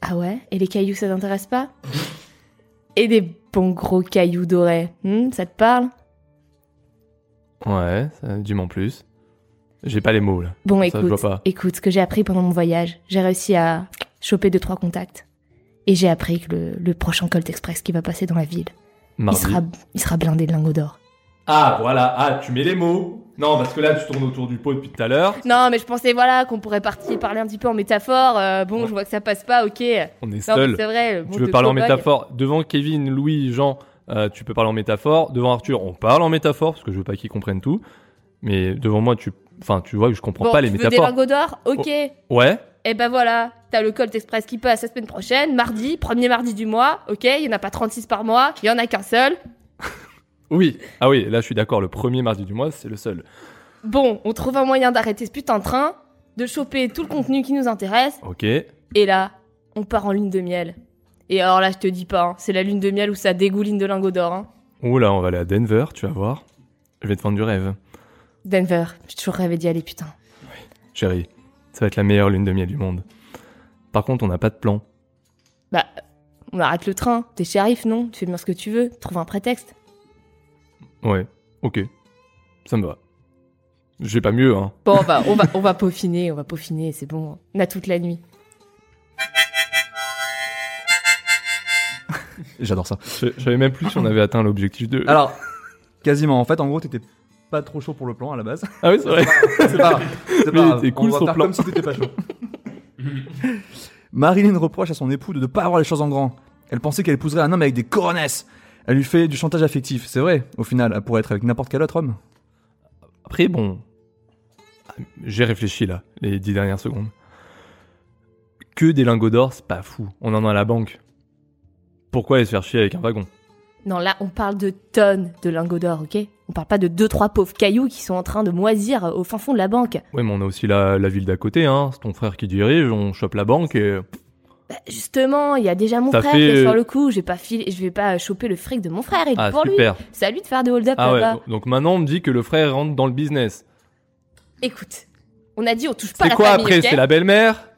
D: Ah ouais Et les cailloux, ça t'intéresse pas Et des bons gros cailloux dorés, hmm, ça te parle
F: Ouais, ça- dis-moi en plus. J'ai pas les mots là.
D: Bon,
F: Ça, je
D: écoute,
F: vois pas.
D: écoute, ce que j'ai appris pendant mon voyage, j'ai réussi à choper deux trois contacts. Et j'ai appris que le, le prochain Colt Express qui va passer dans la ville, il
F: Mardi.
D: sera, il sera blindé de lingots d'or.
F: Ah voilà, ah tu mets les mots. Non, parce que là tu tournes autour du pot depuis tout à l'heure.
D: Non, mais je pensais, voilà, qu'on pourrait partir parler un petit peu en métaphore. Euh, bon, je vois que ça passe pas, ok.
F: On est
D: Non, mais
F: seul.
D: c'est vrai. le monde
F: Tu veux
D: de
F: parler en
D: cow-boy.
F: métaphore devant Kevin, Louis, Jean. euh, tu peux parler en métaphore devant Arthur. On parle en métaphore parce que je veux pas qu'ils comprennent tout. Mais devant moi, tu, enfin, tu vois que je comprends
D: Bon,
F: pas les
D: tu veux
F: métaphores. Oh.
D: des lingots d'or Ok. Et
F: Ouais.
D: Eh ben voilà, t'as le Colt Express qui passe la semaine prochaine, mardi, premier mardi du mois, ok, il y en a pas 36 par mois, il y en a qu'un seul.
F: Oui. Ah oui. Là, je suis d'accord. Le premier mardi du mois, c'est le seul.
D: Bon, on trouve un moyen d'arrêter ce putain de train, de choper tout le contenu qui nous intéresse,
F: Ok.
D: Et là, on part en lune de miel. Et alors là, je te dis pas, hein, c'est la lune de miel où ça dégouline de lingots d'or. hein.
F: Oula, on va aller à Denver. Tu vas voir. Je vais te vendre du rêve,
D: Denver, j'ai toujours rêvé d'y aller, putain.
F: chérie. Ça va être la meilleure lune de miel du monde. Par contre, on n'a pas de plan.
D: Bah, on arrête le train. T'es shérif, non Tu fais bien ce que tu veux. Trouve un prétexte.
F: Ouais, ok. Ça me va. J'ai pas mieux, hein.
D: Bon, bah, on va, on va peaufiner, on va peaufiner, c'est bon. On a toute la nuit.
A: J'adore ça.
F: Je je savais même plus si on avait atteint l'objectif de.
A: Alors, quasiment. En fait, en gros, t'étais pas trop chaud pour le plan à la base.
F: ah oui, c'est vrai.
A: C'est pas grave. C'est
F: Mais
A: pas grave.
F: t'es cool
A: On va
F: sur
A: faire
F: plan.
A: comme si t'étais pas chaud. *laughs* Marilyn reproche à son époux de ne pas avoir les choses en grand. Elle pensait qu'elle épouserait un homme avec des coronesses. Elle lui fait du chantage affectif. C'est vrai, au final, elle pourrait être avec n'importe quel autre homme.
F: Après, bon. J'ai réfléchi là, les dix dernières secondes. Que des lingots d'or, c'est pas fou. On en a à la banque. Pourquoi aller se faire chier avec un wagon
D: Non, là, on parle de tonnes de lingots d'or, ok On parle pas de deux, trois pauvres cailloux qui sont en train de moisir euh, au fin fond de la banque.
F: Ouais, mais on a aussi la, la ville d'à côté, hein. C'est ton frère qui dirige, on chope la banque et.
D: Bah, justement, il y a déjà mon
F: Ça
D: frère
F: fait,
D: qui est sur
F: euh,
D: le coup. Je vais pas, filer- je vais pas choper le fric de mon frère. Il est
F: Ah,
D: pour lui. Oh
F: super.
D: C'est à lui de faire des hold-up
F: Ah ouais,
D: là-bas.
F: donc- donc maintenant on me dit que le frère rentre dans le business.
D: Écoute, on a dit on touche pas à
F: C'est
D: la
F: quoi
D: famille.
F: après
D: ok
F: C'est la belle-mère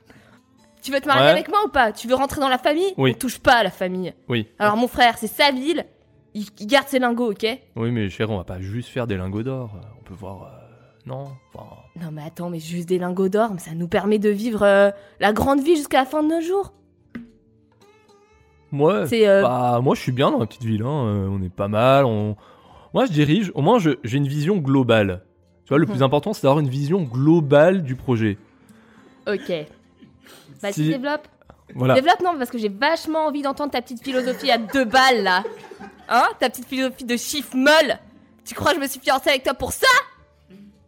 D: Tu veux te marier
F: Ouais.
D: avec moi ou pas Tu veux rentrer dans la famille
F: Oui.
D: On touche pas à la famille.
F: Oui.
D: Alors mon frère, c'est sa ville. Il il garde ses lingots, ok
F: Oui, mais chérie, on va pas juste faire des lingots d'or. Euh, On peut voir. euh, non. Enfin,
D: Non mais attends, mais juste des lingots d'or, mais ça nous permet de vivre euh, la grande vie jusqu'à la fin de nos jours.
F: moi,
D: C'est euh,
F: bah, moi, je suis bien dans ma petite ville. hein, euh, On est pas mal. On... Moi, je dirige. Au moins, je- j'ai une vision globale. Tu vois, le
D: Hmm.
F: plus important, c'est d'avoir une vision globale du projet.
D: ok. Bah
F: Si-
D: tu développes.
F: Voilà.
D: Développe non parce que j'ai vachement envie d'entendre ta petite philosophie à deux balles là. Hein Ta petite philosophie de chiffre molle. Tu crois que je me suis fiancée avec toi pour ça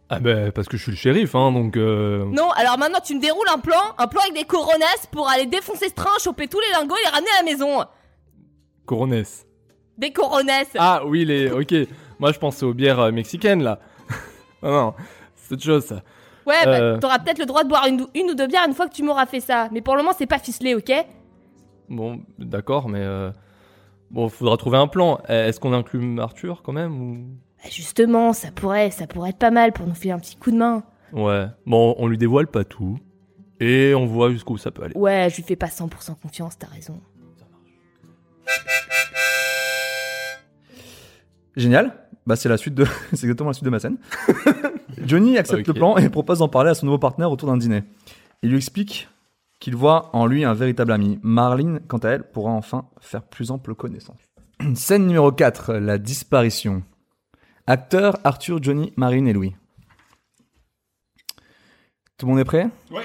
F: Ah ben, parce que je suis le shérif, hein, donc. euh,
D: Non, alors maintenant tu me déroules un plan, un plan avec des coronas pour aller défoncer ce train, choper tous les lingots et les ramener à la maison.
F: Coronesse.
D: Des coronas.
F: Ah oui, les. Ok. Moi, je pensais aux bières euh, mexicaines là. *laughs* non, non. C'est autre chose ça.
D: ouais, bah,
F: euh.
D: t'auras peut-être le droit de boire une, ou- une ou deux bières une fois que tu m'auras fait ça. Mais pour le moment, c'est pas ficelé, ok Bah,
F: Bon, d'accord, mais. euh, Bon, faudra trouver un plan. Euh, Est-ce qu'on inclut Arthur quand même ou...
D: Bah, Justement, ça pourrait, ça pourrait être pas mal pour nous filer un petit coup de main.
F: Ouais. Bon, on lui dévoile pas tout. Et on voit jusqu'où ça peut aller.
D: Ouais, je lui fais pas 100% confiance, t'as raison.
A: Génial. Bah, c'est la suite de, *laughs* c'est exactement la suite de ma scène. *laughs* Johnny accepte
F: Ok.
A: le plan et propose d'en parler à son nouveau partenaire autour d'un dîner. Il lui explique qu'il voit en lui un véritable ami. Marlene, quant à elle, pourra enfin faire plus ample connaissance. *clears throat* Scène numéro 4, la disparition. Acteurs Arthur, Johnny, Marine et Louis. Tout le monde est prêt
B: Ouais.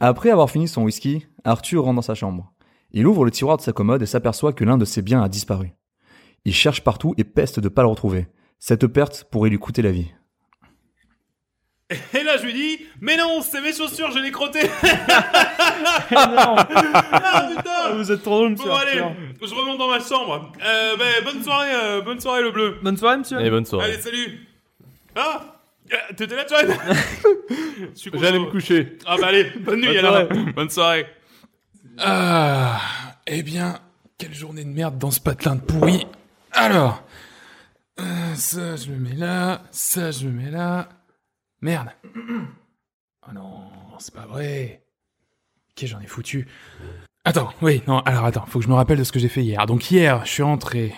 A: Après avoir fini son whisky, Arthur rentre dans sa chambre. Il ouvre le tiroir de sa commode et s'aperçoit que l'un de ses biens a disparu. Il cherche partout et peste de ne pas le retrouver. Cette perte pourrait lui coûter la vie.
B: Et là, je lui dis, mais non, c'est mes chaussures, je les
C: *laughs*
B: crotté. ah putain
C: Vous êtes trop drôle,
B: Bon, allez, je remonte dans ma chambre. Euh, ben, bonne soirée, euh, bonne soirée, le bleu.
C: Bonne soirée, monsieur.
B: Eh
F: Et bonne soirée.
B: Allez, salut. Ah Euh, T'étais là, *laughs* John Je suis content.
E: J'allais me coucher.
B: Ah bah allez, bonne nuit
E: Bonne
B: alors. Bonne soirée. Ah, eh bien, quelle journée de merde dans ce patelin de pourri. Alors, euh, ça je le mets là, ça je le mets là. Merde. Oh non, c'est pas vrai. Ok, j'en ai foutu. Attends, oui, non, alors attends, faut que je me rappelle de ce que j'ai fait hier. Donc hier, je suis rentré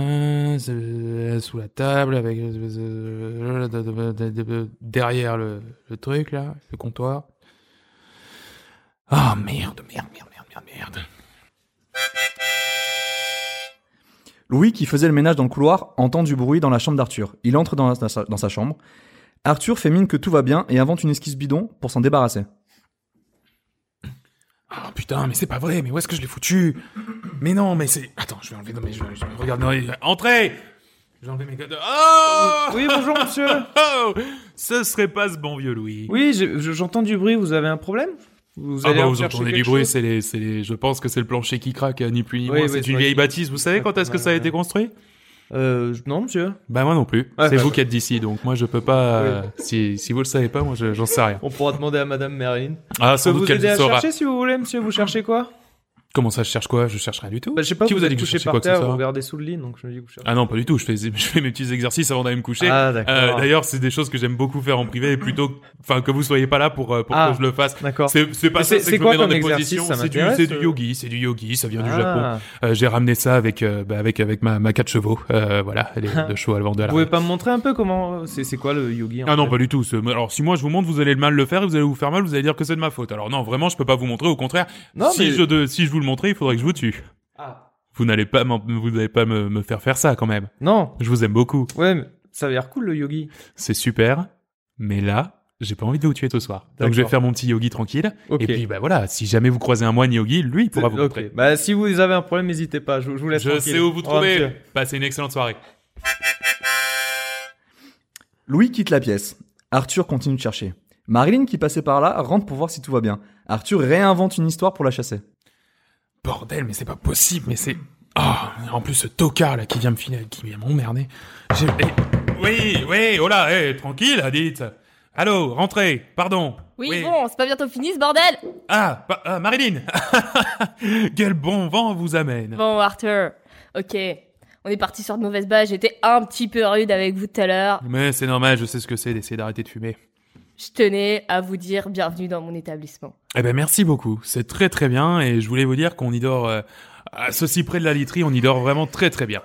B: euh, sous la table avec euh, derrière le, le truc là, le comptoir. Ah merde, merde, merde, merde, merde, merde.
A: Louis, qui faisait le ménage dans le couloir, entend du bruit dans la chambre d'Arthur. Il entre dans, la- dans sa, dans sa chambre. Arthur fait mine que tout va bien et invente une esquisse bidon pour s'en débarrasser.
B: Ah putain, mais c'est pas vrai, mais où est-ce que je l'ai foutu Mais non, mais c'est. Attends, je vais enlever. Non, mais je vais, je vais regarder dans les- Entrez Je vais enlever mes codes. Oh
C: Oui, bonjour, monsieur.
B: Oh Ce serait pas ce bon vieux Louis.
C: Oui, j'ai- je- j'entends du bruit. Vous avez un problème Vous
B: Ah
C: allez
B: bah
C: en
B: vous
C: chercher
B: entendez du
C: quelque
B: bruit,
C: chose
B: c'est les, c'est les- je pense que c'est le plancher qui craque, euh, ni plus ni
C: Oui,
B: moins.
C: oui,
B: c'est
C: c'est
B: une
C: vrai.
B: vieille bâtisse. Vous savez quand est-ce que ça a été construit
C: Euh, je- non, monsieur.
B: Bah moi non plus.
C: Ouais,
B: c'est
C: bah,
B: vous
C: bah.
B: qui êtes d'ici, donc moi je peux pas. euh, si, si vous le savez pas, moi je- j'en sais rien.
C: On pourra demander à Madame Marilyn.
B: Ah
C: Je peux
B: sans doute
C: vous aider
B: qu'elle
C: à
B: saura.
C: chercher si vous voulez, monsieur. Vous cherchez quoi
B: Comment ça, je cherche quoi Je cherche rien du tout.
C: Bah, je sais pas.
B: Qui vous a
C: êtes
B: dit que je
C: couché
B: cherchais
C: par
B: quoi que ce
C: terre,
B: soit
C: Vous regardez sous le lit, donc je me dis que vous cherchez.
B: Ah non, pas du tout. Je fais, je fais mes petits exercices avant d'aller me coucher.
C: Ah,
B: Euh,
C: d'accord.
B: D'ailleurs, c'est des choses que j'aime beaucoup faire en privé, et plutôt, que- enfin, que vous soyez pas là pour euh, pour
C: Ah.
B: que je le fasse.
C: D'accord.
B: C'est c'est pas
C: Mais
B: ça.
C: c'est-
B: C'est
C: c'est
B: que je me
C: quoi
B: mets dans
C: comme
B: des
C: exercice
B: positions.
C: Ça
B: C'est du,
C: m'intéresse,
B: c'est du
C: euh.
B: yogi, c'est du yogi. Ça vient du Japon.
C: Ah.
B: Euh, j'ai ramené ça avec, euh, bah, avec, avec ma, ma 4 chevaux. Euh, voilà, les
C: *laughs*
B: deux chevaux allemands de la
C: Vous pouvez pas me montrer un peu comment c'est c'est quoi le yogi en
B: Ah non,
C: fait
B: pas du tout. c'est- Alors, si moi je vous montre, vous allez le mal le faire et vous allez vous faire mal, vous allez dire que c'est de ma faute. Alors, non, vraiment, je peux pas vous montrer. Au contraire,
C: Non,
B: bah, si,
C: mais
B: je de- si je vous le montrais, il faudrait que je vous tue.
C: Ah.
B: Vous n'allez pas, m'en- vous n'allez pas me, me faire faire ça quand même.
C: non.
B: Je vous aime beaucoup.
C: Ouais, mais ça a l'air cool le yogi.
B: C'est super. Mais là, j'ai pas envie de vous tuer ce soir. Donc,
C: D'accord.
B: je vais faire mon petit yogi tranquille.
C: Ok.
B: Et puis, bah voilà, si jamais vous croisez un moine yogi, lui, il pourra vous
C: Ok.
B: montrer.
C: Bah si vous avez un problème, n'hésitez pas. Je, je vous laisse.
B: Je
C: tranquille.
B: sais où vous
C: Au revoir,
B: trouver.
C: monsieur.
B: Passez une excellente soirée.
A: Louis quitte la pièce. Arthur continue de chercher. Marilyn, qui passait par là, rentre pour voir si tout va bien. Arthur réinvente une histoire pour la chasser.
B: Bordel, mais c'est pas possible, mais c'est. Ah, en plus ce tocard là qui vient me filer, qui vient m'emmerder. J'ai- Eh, Oui, oui, oh là, eh, tranquille, dites. Allô, rentrez, pardon.
D: Oui, bon, c'est pas bientôt fini ce bordel
B: Ah, pa- ah, Marilyn *laughs* Quel bon vent vous amène.
D: Bon, Arthur, ok. On est parti sur de mauvaises bases, j'étais un petit peu rude avec vous tout à l'heure.
B: Mais c'est normal, je sais ce que c'est d'essayer d'arrêter de fumer.
D: Je tenais à vous dire bienvenue dans mon établissement.
B: Eh ben merci beaucoup, c'est très très bien et je voulais vous dire qu'on y dort, euh, à ceci près de la literie, on y dort vraiment très très bien.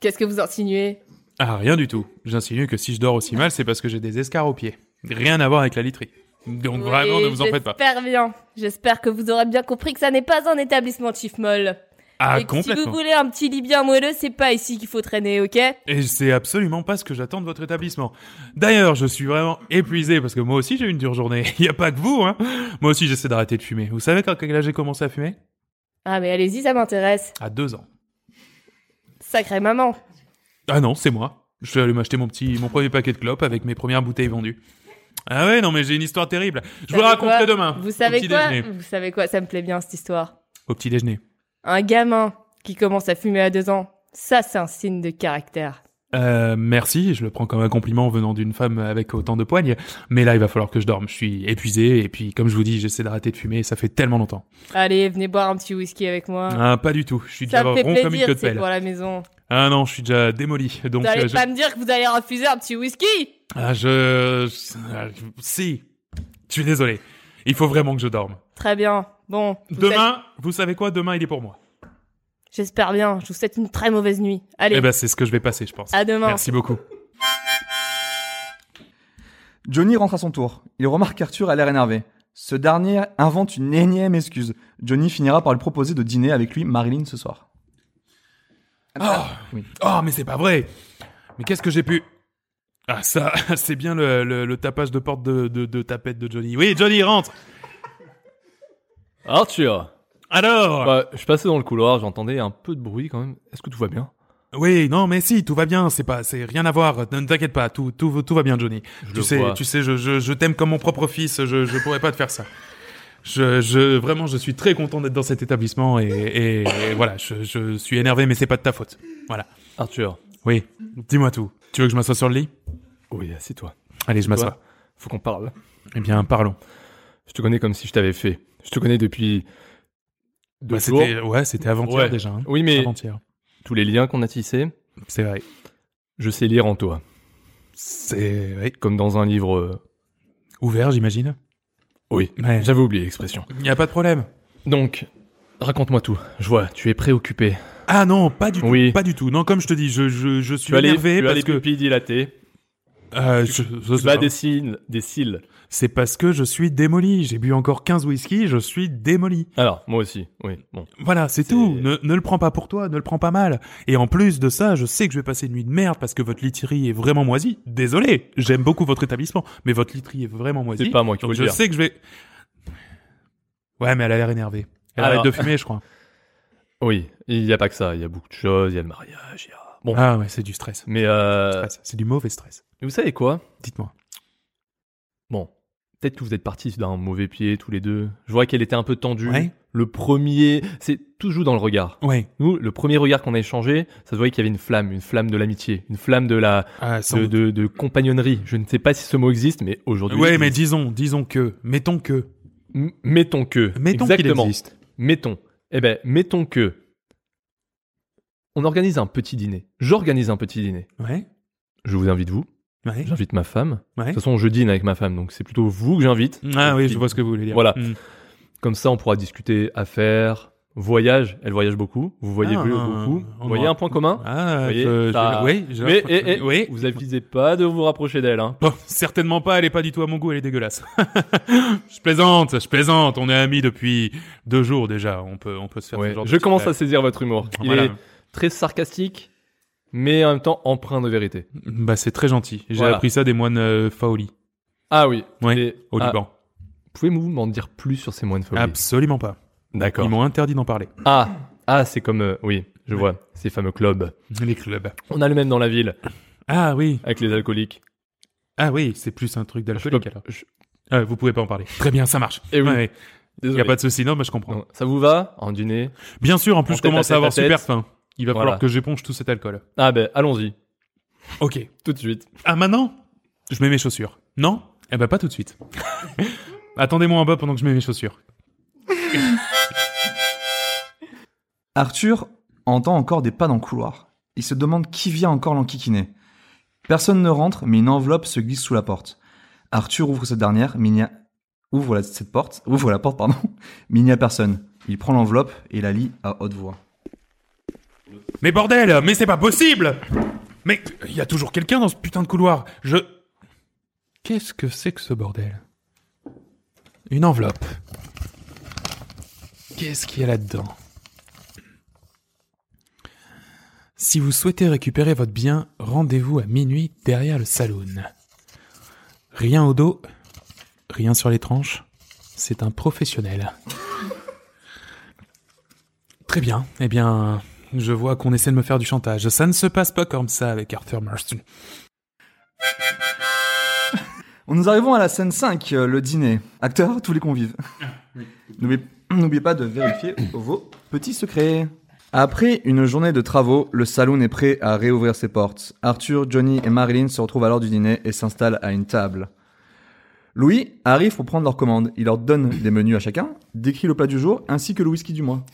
D: Qu'est-ce que vous insinuez
B: Ah, rien du tout. J'insinue que si je dors aussi mal, c'est parce que j'ai des escarres aux pieds. Rien à voir avec la literie. Donc vraiment,
D: Oui,
B: ne vous en faites pas.
D: J'espère bien. J'espère que vous aurez bien compris que ça n'est pas un établissement de chiffre molle.
B: Ah,
D: Et que si vous
B: complètement.
D: voulez un petit lit bien moelleux, c'est pas ici qu'il faut traîner, ok
B: Et c'est absolument pas ce que j'attends de votre établissement. D'ailleurs, je suis vraiment épuisé parce que moi aussi j'ai eu une dure journée. *laughs* Il n'y a pas que vous, hein. Moi aussi j'essaie d'arrêter de fumer. Vous savez quand quel âge j'ai commencé à fumer
D: Ah, mais allez-y, ça m'intéresse.
B: À deux ans.
D: Sacrée maman.
B: Ah non, c'est moi. Je suis allé m'acheter mon petit, mon premier paquet de clopes avec mes premières bouteilles vendues. Ah ouais, non mais j'ai une histoire terrible. Je vous
D: Savez
B: la raconterai
D: quoi
B: demain.
D: Vous
B: au
D: savez
B: Ah, petit
D: quoi
B: déjeuner.
D: Vous savez quoi Ça me plaît bien cette histoire.
B: Au petit déjeuner.
D: Un gamin qui commence à fumer à deux ans, ça c'est un signe de caractère.
B: Euh, merci, je le prends comme un compliment venant d'une femme avec autant de poignes. Mais là, il va falloir que je dorme. Je suis épuisé et puis, comme je vous dis, j'essaie d'arrêter de fumer. Ça fait tellement longtemps.
D: Allez, venez boire un petit whisky avec moi.
B: Ah, pas du tout. Je suis
D: ça
B: déjà
D: me fait
B: rond comme une
D: plaisir,
B: queue de
D: c'est
B: pelle.
D: pour la maison.
B: Ah non, je suis déjà démoli. Donc,
D: vous allez
B: euh, je...
D: pas me dire que vous allez refuser un petit whisky
B: Ah, je... ah, je- Si. Je suis désolé. Il faut vraiment que je dorme.
D: Très bien. Bon. vous êtes-
B: Demain, vous savez quoi Demain, il est pour moi.
D: J'espère bien. Je vous souhaite une très mauvaise nuit. Allez,
B: Eh ben, c'est ce que je vais passer, je pense.
D: à demain.
B: Merci beaucoup.
A: Johnny rentre à son tour. Il remarque qu'Arthur a l'air énervé. Ce dernier invente une énième excuse. Johnny finira par lui proposer de dîner avec lui, Marilyn, ce soir.
B: Oh,
A: Oui.
F: Ah,
B: oh mais c'est pas vrai. Mais qu'est-ce que j'ai pu... Ah, ça, *laughs* c'est bien le, le- le tapage de porte de, de, de tapette de Johnny. Oui, Johnny, rentre
F: Arthur
B: Alors
F: Bah, Je passais dans le couloir, j'entendais un peu de bruit quand même. Est-ce que tout va bien
B: Oui, non, mais si, tout va bien, c'est pas, c'est rien à voir, ne t'inquiète pas, tout, tout, tout va bien, Johnny.
F: Je
B: tu
F: le
B: sais,
F: vois.
B: tu sais, je, je, je t'aime comme mon propre fils, je, je pourrais pas te faire ça. Je, je, vraiment, je suis très content d'être dans cet établissement et, et, et voilà, je, je suis énervé, mais c'est pas de ta faute. Voilà.
F: Arthur
B: Oui, dis-moi tout. Tu veux que je m'assoie sur le lit
F: Oui, assieds-toi.
B: Allez, je m'assois.
F: Toi Faut qu'on parle.
B: Eh bien, parlons.
F: Je te connais comme si je t'avais fait. Je te connais depuis deux
B: Bah,
F: jours.
B: c'était, ouais, c'était avant-hier
F: Ouais.
B: déjà. hein.
F: Oui, mais
B: Avant-hier.
F: tous les liens qu'on a tissés,
B: C'est vrai.
F: je sais lire en toi.
B: C'est ouais,
F: Comme dans un livre... euh,
B: ouvert, j'imagine.
F: Oui,
B: Ouais.
F: j'avais oublié l'expression.
B: Il n'y a pas de problème.
F: Donc, raconte-moi tout. Je vois, tu es préoccupé.
B: Ah non, pas du tout.
F: Oui.
B: Pas du tout. Non, comme je te dis, je, je, je suis
F: Tu as les,
B: énervé
F: tu as
B: parce
F: les
B: que.
F: pupilles dilatées.
B: Euh, je- je-
F: Tu as
B: je-
F: des cils. Des cils.
B: C'est parce que je suis démoli. J'ai bu encore 15 whisky, je suis démoli.
F: Alors, moi aussi, oui. Bon.
B: Voilà, c'est
F: C'est-
B: tout. Ne, ne le prends pas pour toi, ne le prends pas mal. Et en plus de ça, je sais que je vais passer une nuit de merde parce que votre literie est vraiment moisie. Désolé, j'aime beaucoup votre établissement, mais votre literie est vraiment moisie.
F: C'est pas moi qui
B: Donc
F: faut le
B: je
F: dire.
B: sais que je vais. Ouais, mais elle a l'air énervée. Elle
F: Alors-
B: arrête de fumer, je
F: *laughs*
B: crois.
F: Oui, il n'y a pas que ça. Il y a beaucoup de choses. Il y a le mariage. il y a- Bon.
B: Ah ouais, c'est du stress.
F: Mais euh,
B: Stress. C'est du mauvais stress.
F: vous savez quoi
B: Dites-moi.
F: Bon, peut-être que vous êtes partis d'un mauvais pied tous les deux. Je vois qu'elle était un peu tendue.
B: Ouais.
F: Le premier, c'est tout joue dans le regard.
B: Ouais.
F: Nous, le premier regard qu'on a échangé, ça se voyait qu'il y avait une flamme, une flamme de l'amitié, une flamme de la
B: Ah, sans
F: de,
B: doute.
F: de- de compagnonnerie. Je ne sais pas si ce mot existe, mais aujourd'hui,
B: Ouais,
F: il-
B: mais disons, disons que, mettons que.
F: M- mettons que,
B: Mettons qu'il
F: exactement,
B: existe.
F: mettons. Eh ben, mettons que, on organise un petit dîner. J'organise un petit dîner.
B: Ouais.
F: Je vous invite vous,
B: Ouais.
F: j'invite ma femme. De
B: Ouais.
F: toute façon, je dîne avec ma femme, donc c'est plutôt vous que j'invite.
B: Ah oui,
F: Petit-
B: je vois ce que vous voulez dire.
F: Voilà.
B: Mm.
F: Comme ça, on pourra discuter affaires, voyage. Elle voyage beaucoup. Vous voyez
B: Ah,
F: beaucoup.
B: on
F: Vous voyez
B: aura-
F: un point commun
B: Ah,
F: Hein Vous voyez,
B: je- je-
F: ça-
B: oui, je-
F: Mais eh, eh,
B: oui.
F: vous avisez pas de vous rapprocher d'elle. Hein.
B: Bon, certainement pas, elle est pas du tout à mon goût, elle est dégueulasse. *laughs* je plaisante, je plaisante, on est amis depuis deux jours déjà, on peut, on peut se faire
F: Ouais,
B: ce genre de
F: Je
B: petite
F: commence à
B: blague.
F: saisir votre humour. Il
B: Voilà.
F: est très sarcastique, mais en même temps empreint de vérité.
B: Bah, c'est très gentil. J'ai
F: Voilà.
B: appris ça des moines euh, Faoli,
F: Ah oui.
B: Ouais,
F: et-
B: au
F: ah,
B: Liban.
F: Pouvez-vous m'en dire plus sur ces moines
B: Ah,
F: de folie
B: Absolument pas. Ils
F: D'accord.
B: m'ont interdit d'en parler.
F: Ah, ah, c'est comme euh, oui, je vois ces fameux clubs.
B: Les clubs.
F: On a le même dans la ville
B: Ah oui,
F: avec les alcooliques.
B: ah oui, c'est plus un truc
F: Je
B: d'alcoolique
F: peux-
B: alors.
F: je-
B: Ah, vous pouvez pas en parler. Très bien, ça marche.
F: Eh oui.
B: Il
F: désolé.
B: y a pas de souci, non, mais je comprends.
F: Non, ça vous va en dîner
B: Bien sûr, en plus,
F: En
B: je
F: tête à
B: commence
F: tête
B: à avoir
F: à tête.
B: super faim. Il va
F: Voilà.
B: falloir que j'éponge tout cet alcool.
F: Ah ben allons-y
B: Ok.
F: tout de suite.
B: Ah, maintenant Je mets mes chaussures. Non Eh ben, pas tout de
F: *laughs*
B: suite. Attendez-moi en bas pendant que je mets mes chaussures.
A: Arthur entend encore des pas dans le couloir. Il se demande qui vient encore l'enquiquiner. Personne ne rentre, mais une enveloppe se glisse sous la porte. Arthur ouvre cette dernière, mais il n'y a... ouvre la- cette porte, ouvre la porte, pardon, *laughs* mais il n'y a personne. Il prend l'enveloppe et la lit à haute voix.
B: Mais bordel Mais c'est pas possible Mais il y a toujours quelqu'un dans ce putain de couloir. Je. Qu'est-ce que c'est que ce bordel Une enveloppe. Qu'est-ce qu'il y a là-dedans Si vous souhaitez récupérer votre bien, rendez-vous à minuit derrière le saloon. Rien au dos, rien sur les tranches, c'est un *laughs* professionnel. Très bien, eh bien, je vois qu'on essaie de me faire du chantage. Ça ne se passe pas comme ça avec Arthur Marston.
A: Nous arrivons à la scène 5, euh, le dîner. Acteurs, tous les convives. N'oubliez- N'oubliez pas de vérifier vos petits secrets. Après une journée de travaux, le saloon est prêt à réouvrir ses portes. Arthur, Johnny et Marilyn se retrouvent à l'heure du dîner et s'installent à une table. Louis arrive pour prendre leur commande. Il leur donne des menus à chacun, décrit le plat du jour ainsi que le whisky du mois.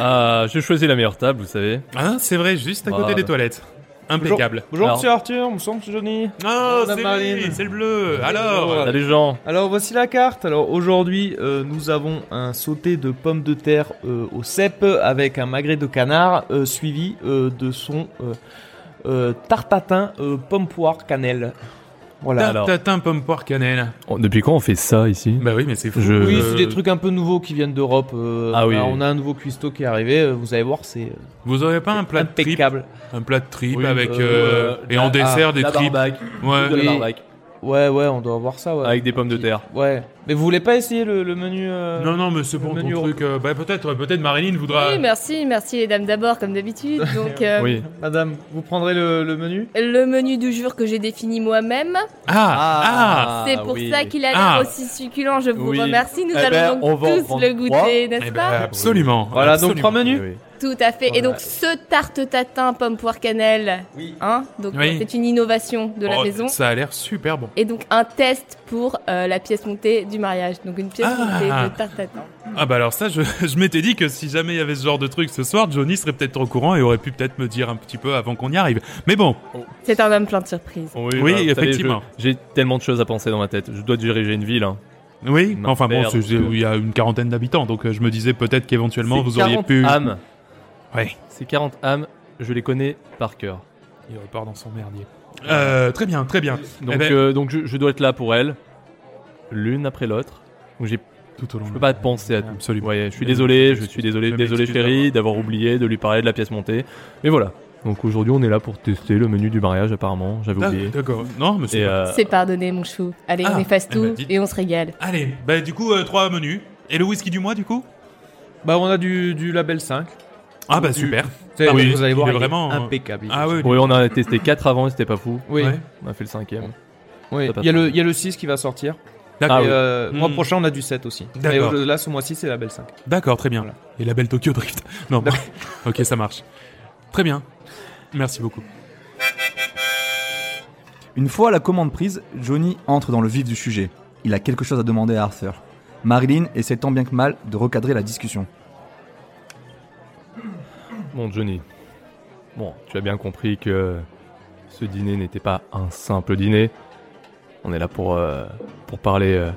F: Ah, j'ai choisi la meilleure table, vous savez.
B: Hein, c'est vrai, juste à côté
F: Bravo.
B: des toilettes. Impeccable.
C: Bonjour,
F: Alors-
C: monsieur Arthur, bonsoir, monsieur Johnny.
B: Oh,
C: Madame
B: c'est
C: Marlene.
B: lui, c'est le bleu. Alors,
F: Salut Jean.
C: Alors voici la carte. Alors aujourd'hui, euh, nous avons un sauté de pommes de terre euh, au cèpe avec un magret de canard euh, suivi euh, de son euh, euh, tartatin euh, pomme poire cannelle.
B: Ah,
F: Voilà. Bah, Alors,
B: Tatin pomme poire cannelle.
F: on- depuis quand on fait ça ici
B: Bah oui, mais c'est fou.
F: Je-
C: Oui,
B: Euh,
C: c'est des trucs un peu nouveaux qui viennent d'Europe. euh,
F: Ah oui.
C: bah, On a un nouveau cuistot qui est arrivé. euh, Vous allez voir, c'est euh,
B: Vous aurez pas un plat de tripes
C: impeccable.
B: Un plat de tripes
F: Oui,
B: avec
F: euh,
B: euh, et en
F: ah,
B: dessert des
F: la
B: tripes.
F: barbaque,
B: Ouais.
F: de la
C: Oui.
F: barbaque,
C: Ouais, ouais, on doit avoir ça. Ouais.
F: avec des pommes de terre.
C: Ouais. Mais vous voulez pas essayer le, le menu euh,
B: Non, non, mais c'est bon
C: Le
B: ton
C: menu
B: truc. euh, bah peut-être, peut-être Marilyn voudra.
D: Oui, merci, merci les dames d'abord, comme *laughs* d'habitude. Donc, euh,
F: Oui.
C: Madame, vous prendrez le, le menu
D: le menu du jour que j'ai défini moi-même,
B: Ah, ah,
D: c'est pour
F: oui.
D: ça qu'il a l'air
B: Ah.
D: aussi succulent. Je vous
F: Oui.
D: remercie. Nous
F: Eh
D: allons
F: ben,
D: donc
F: on va en
D: tous
F: prendre
D: le
F: trois.
D: goûter, n'est-ce
B: Eh ben,
D: pas
B: absolument.
C: Voilà, donc
B: absolument.
C: trois menus.
F: Oui, oui.
D: Tout à fait. Et
C: Voilà.
D: donc, ce tarte tatin pomme poire cannelle, hein donc
B: Oui.
D: c'est une innovation de la
B: Oh,
D: maison.
B: Ça a l'air super bon.
D: Et donc un test pour euh, la pièce montée du mariage, donc une pièce
B: Ah.
D: montée de tarte tatin.
B: Ah bah alors ça, je, *laughs* je m'étais dit que si jamais il y avait ce genre de truc ce soir, Johnny serait peut-être au courant et aurait pu peut-être me dire un petit peu avant qu'on y arrive. Mais bon,
D: C'est un homme plein de surprises.
F: Oui,
B: Oui, bah,
F: vous savez,
B: effectivement.
F: je- J'ai tellement de choses à penser dans ma tête. Je dois diriger une ville. hein.
B: oui.
F: Non,
B: enfin bon,
F: merde,
B: c'est-
F: parce que-
B: il y a une quarantaine d'habitants, donc euh, je me disais peut-être qu'éventuellement
F: C'est Ah.
B: vous auriez
F: 40
B: pu.
F: âmes.
B: Ouais.
F: C'est 40 âmes. Je les connais par cœur.
B: Il repart dans son merdier. Euh, très bien, très bien.
F: Donc,
B: Eh ben-
F: euh, donc je, je dois être là pour elles, l'une après l'autre. Donc j'ai-
B: Tout au long.
F: je
B: de-
F: peux pas penser à tout.
B: Absolument.
F: Ouais, je suis désolé, je suis désolé,
B: Je
F: désolé
B: m'excuse
F: Ferry d'avoir oublié de lui parler de la pièce montée. Mais voilà. Donc aujourd'hui on est là pour tester le menu du mariage apparemment. J'avais
B: Ah,
F: oublié.
B: D'accord. Non, mais c'est
F: Et,
B: pas-
F: euh,
D: C'est pardonné, mon chou. Allez,
B: Ah,
D: on efface
B: eh ben,
D: tout
B: dites-
D: et on se régale.
B: Allez, bah du coup, euh, trois menus. Et le whisky du mois, du coup
C: Bah, on a du, du label 5.
B: Ah bah
C: Du-
B: super.
C: C'est-
B: Ah oui,
C: vous allez
B: il
C: voir,
B: est
C: il est
B: vraiment-
C: impeccable. il est
B: Ah oui.
F: oui, on a testé 4 avant et c'était pas fou.
C: Oui,
B: Ouais.
F: On a fait le cinquième.
C: oui.
F: Ça passe
C: Il, y a
F: pas.
C: le, il y a le 6 qui va sortir.
B: D'accord.
F: Ah,
C: Et, euh,
B: Hmm.
C: Mois prochain, on a du 7 aussi. Mais
B: D'accord.
C: au- là, ce mois-ci, c'est label 5.
B: D'accord, très bien.
C: Voilà.
B: Et la belle Tokyo Drift. Non, bah, *laughs* ok, ça marche. Très bien. Merci beaucoup.
A: Une fois la commande prise, Johnny entre dans le vif du sujet. Il a quelque chose à demander à Arthur. Marilyn essaie tant bien que mal de recadrer la discussion.
F: Bon Johnny, bon, tu as bien compris que ce dîner n'était pas un simple dîner. On est là pour, euh, pour parler euh,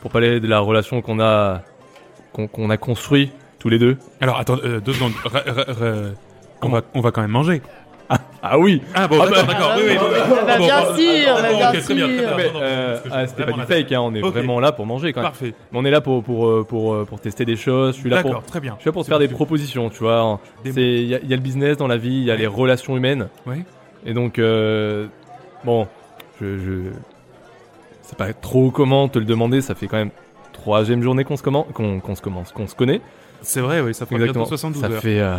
F: pour parler de la relation qu'on a qu'on qu'on a construit tous les deux.
B: Alors, attends, euh, deux secondes. Ra- ra- ra- on, va, on va quand même manger.
F: Ah oui.
B: Ah bon, d'accord, d'accord.
D: Ah,
B: Oui, oui,
D: bah,
B: oui,
D: bah,
B: oui.
D: bah,
B: Bon,
D: bien
B: bon,
D: sûr, bah,
B: bon,
D: bien
B: ok, très bien, très bien.
D: sûr.
F: Mais,
B: Pardon,
F: euh,
B: parce que
F: ah,
B: je-
F: c'était pas
B: vraiment,
F: du
B: la-
F: fake, hein, on est
B: Ok.
F: vraiment là pour manger quand même.
B: Parfait.
F: On est là pour pour euh, pour euh, pour tester des choses. Je suis là pour
B: D'accord, très bien.
F: je suis là pour te faire des
B: C'est-
F: propositions, tu vois.
B: Des-
F: C'est il y, a- il y a le business dans la vie, il y a les relations humaines.
B: Ouais.
F: Et donc, euh, bon, je, je sais pas trop comment te le demander. Ça fait quand même troisième journée qu'on se commence, qu'on qu'on se commence, qu'on se connaît.
B: C'est vrai, oui, ça fait bientôt 72
F: ça
B: heures.
F: fait, euh,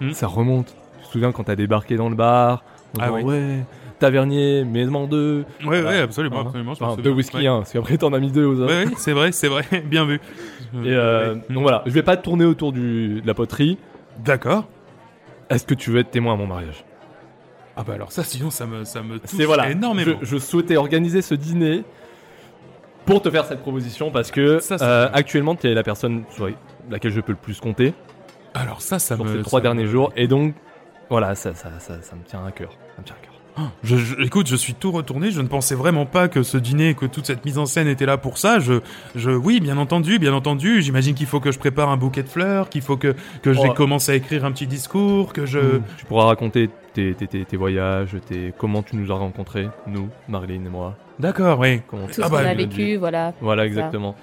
B: Hmm.
F: ça remonte. Tu te souviens quand t'as débarqué dans le bar en
B: Ah
F: disant,
B: oui.
F: Ouais, Tavernier, mais demande deux,
B: Oui, oui,
F: Voilà.
B: absolument,
F: Enfin,
B: absolument. je me
F: enfin, deux
B: souviens.
F: whisky,
B: Ouais.
F: hein, parce qu'après t'en as mis deux aux autres. *laughs*
B: Ouais, ouais, c'est vrai, c'est vrai. *laughs* Bien vu.
F: Et euh,
B: Mm.
F: donc voilà, je vais pas tourner autour du, de la poterie.
B: D'accord.
F: Est-ce que tu veux être témoin à mon mariage
B: Ah bah alors ça, sinon, ça me, ça me touche
F: C'est voilà.
B: énormément.
F: Je, je souhaitais organiser ce dîner pour te faire cette proposition parce que
B: Ça, ça
F: euh,
B: me-
F: actuellement tu es la personne sur laquelle je peux le plus compter
B: Alors ça, ça
F: sur
B: me...
F: ces trois
B: ça
F: derniers
B: me-
F: jours et donc voilà ça ça, ça, ça me tient à cœur. Ça me tient à cœur.
B: Je, je- écoute, je suis tout retourné. Je ne pensais vraiment pas que ce dîner, que toute cette mise en scène était là pour ça. Je, je, oui, bien entendu, bien entendu. J'imagine qu'il faut que je prépare un bouquet de fleurs, qu'il faut que que j'ai
F: Oh. Hmm.
B: commencé à écrire un petit discours, que je.
F: Tu pourras raconter tes, tes, tes, tes voyages, tes, comment tu nous as rencontrés, nous, Marilyn et moi.
B: D'accord, oui.
F: Comment tu
D: Tout
B: Ah
D: ce
B: bah,
D: qu'on a
B: oui,
D: vécu, voilà.
F: Voilà,
D: ça.
F: exactement.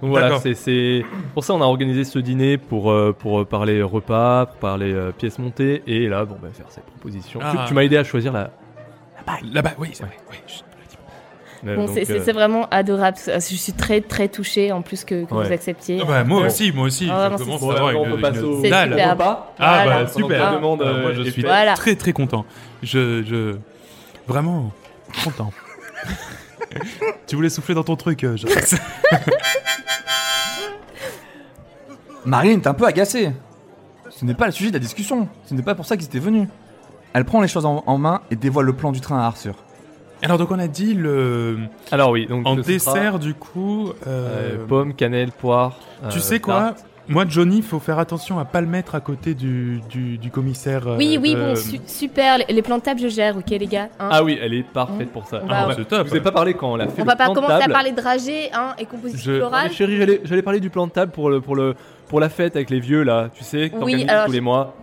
F: Donc voilà,
B: D'accord.
F: c'est- c'est pour ça on a organisé ce dîner pour euh, pour euh, parler repas, pour parler euh, pièces montées et là bon ben faire cette proposition. Tu-
B: Ah.
F: tu m'as aidé à choisir la,
B: Là-bas, oui, c'est vrai. oui. Chut.
F: Euh,
D: Bon,
F: donc,
D: c'est c'est-
F: euh,
D: c'est vraiment adorable. Euh, Je suis très très touchée en plus que, que
F: Ouais.
D: vous acceptiez.
B: Ah bah, moi
F: Bon.
B: aussi, moi aussi.
D: Ah,
B: je
D: vraiment, c'est
B: commence
F: super.
B: à avoir
F: Bon, on
B: une,
F: peut passer
B: une
F: au-
D: C'est
B: dalle.
D: superbe.
B: Ah
D: Voilà.
B: bah super.
D: Ah.
F: demande,
B: Alors, moi,
F: euh,
B: je
F: est
B: suis
F: faite.
D: Voilà.
B: très très content. Je, je, vraiment *laughs* content. tu voulais souffler dans ton truc, euh, Jacques.
A: Marilyn est un peu agacée. Ce n'est pas le sujet de la discussion. Ce n'est pas pour ça qu'ils étaient venus. Elle prend les choses en, en main et dévoile le plan du train à Arthur.
B: *laughs* Alors donc on a dit le
F: Alors oui, donc
B: en
F: ce sera,
B: dessert du coup.
F: euh,
B: euh,
F: pommes, cannelle, poire.
B: Tu
F: euh,
B: sais quoi
F: tarte.
B: Moi, Johnny, faut faire attention à pas le mettre à côté du, du, du commissaire. euh,
D: Oui, oui,
B: de-
D: bon, su- super. Les- Les plans de table, je gère, ok, les gars. hein.
F: Ah oui, elle est parfaite pour ça.
D: On
B: Ah,
D: va-
B: bah, c'est top.
F: Je vous ai pas parlé quand on l'a fait.
D: On
F: le
D: va pas
F: plan de
D: commencer à
F: table.
D: parler de dragée hein, et composition
B: Je- ah,
F: Mais
D: florale.
F: chérie, j'allais, j'allais parler du plan de table pour le pour le pour la fête avec les vieux là. Tu sais,
D: Oui,
F: t'organises
D: alors
F: tous
D: je-
F: les mois.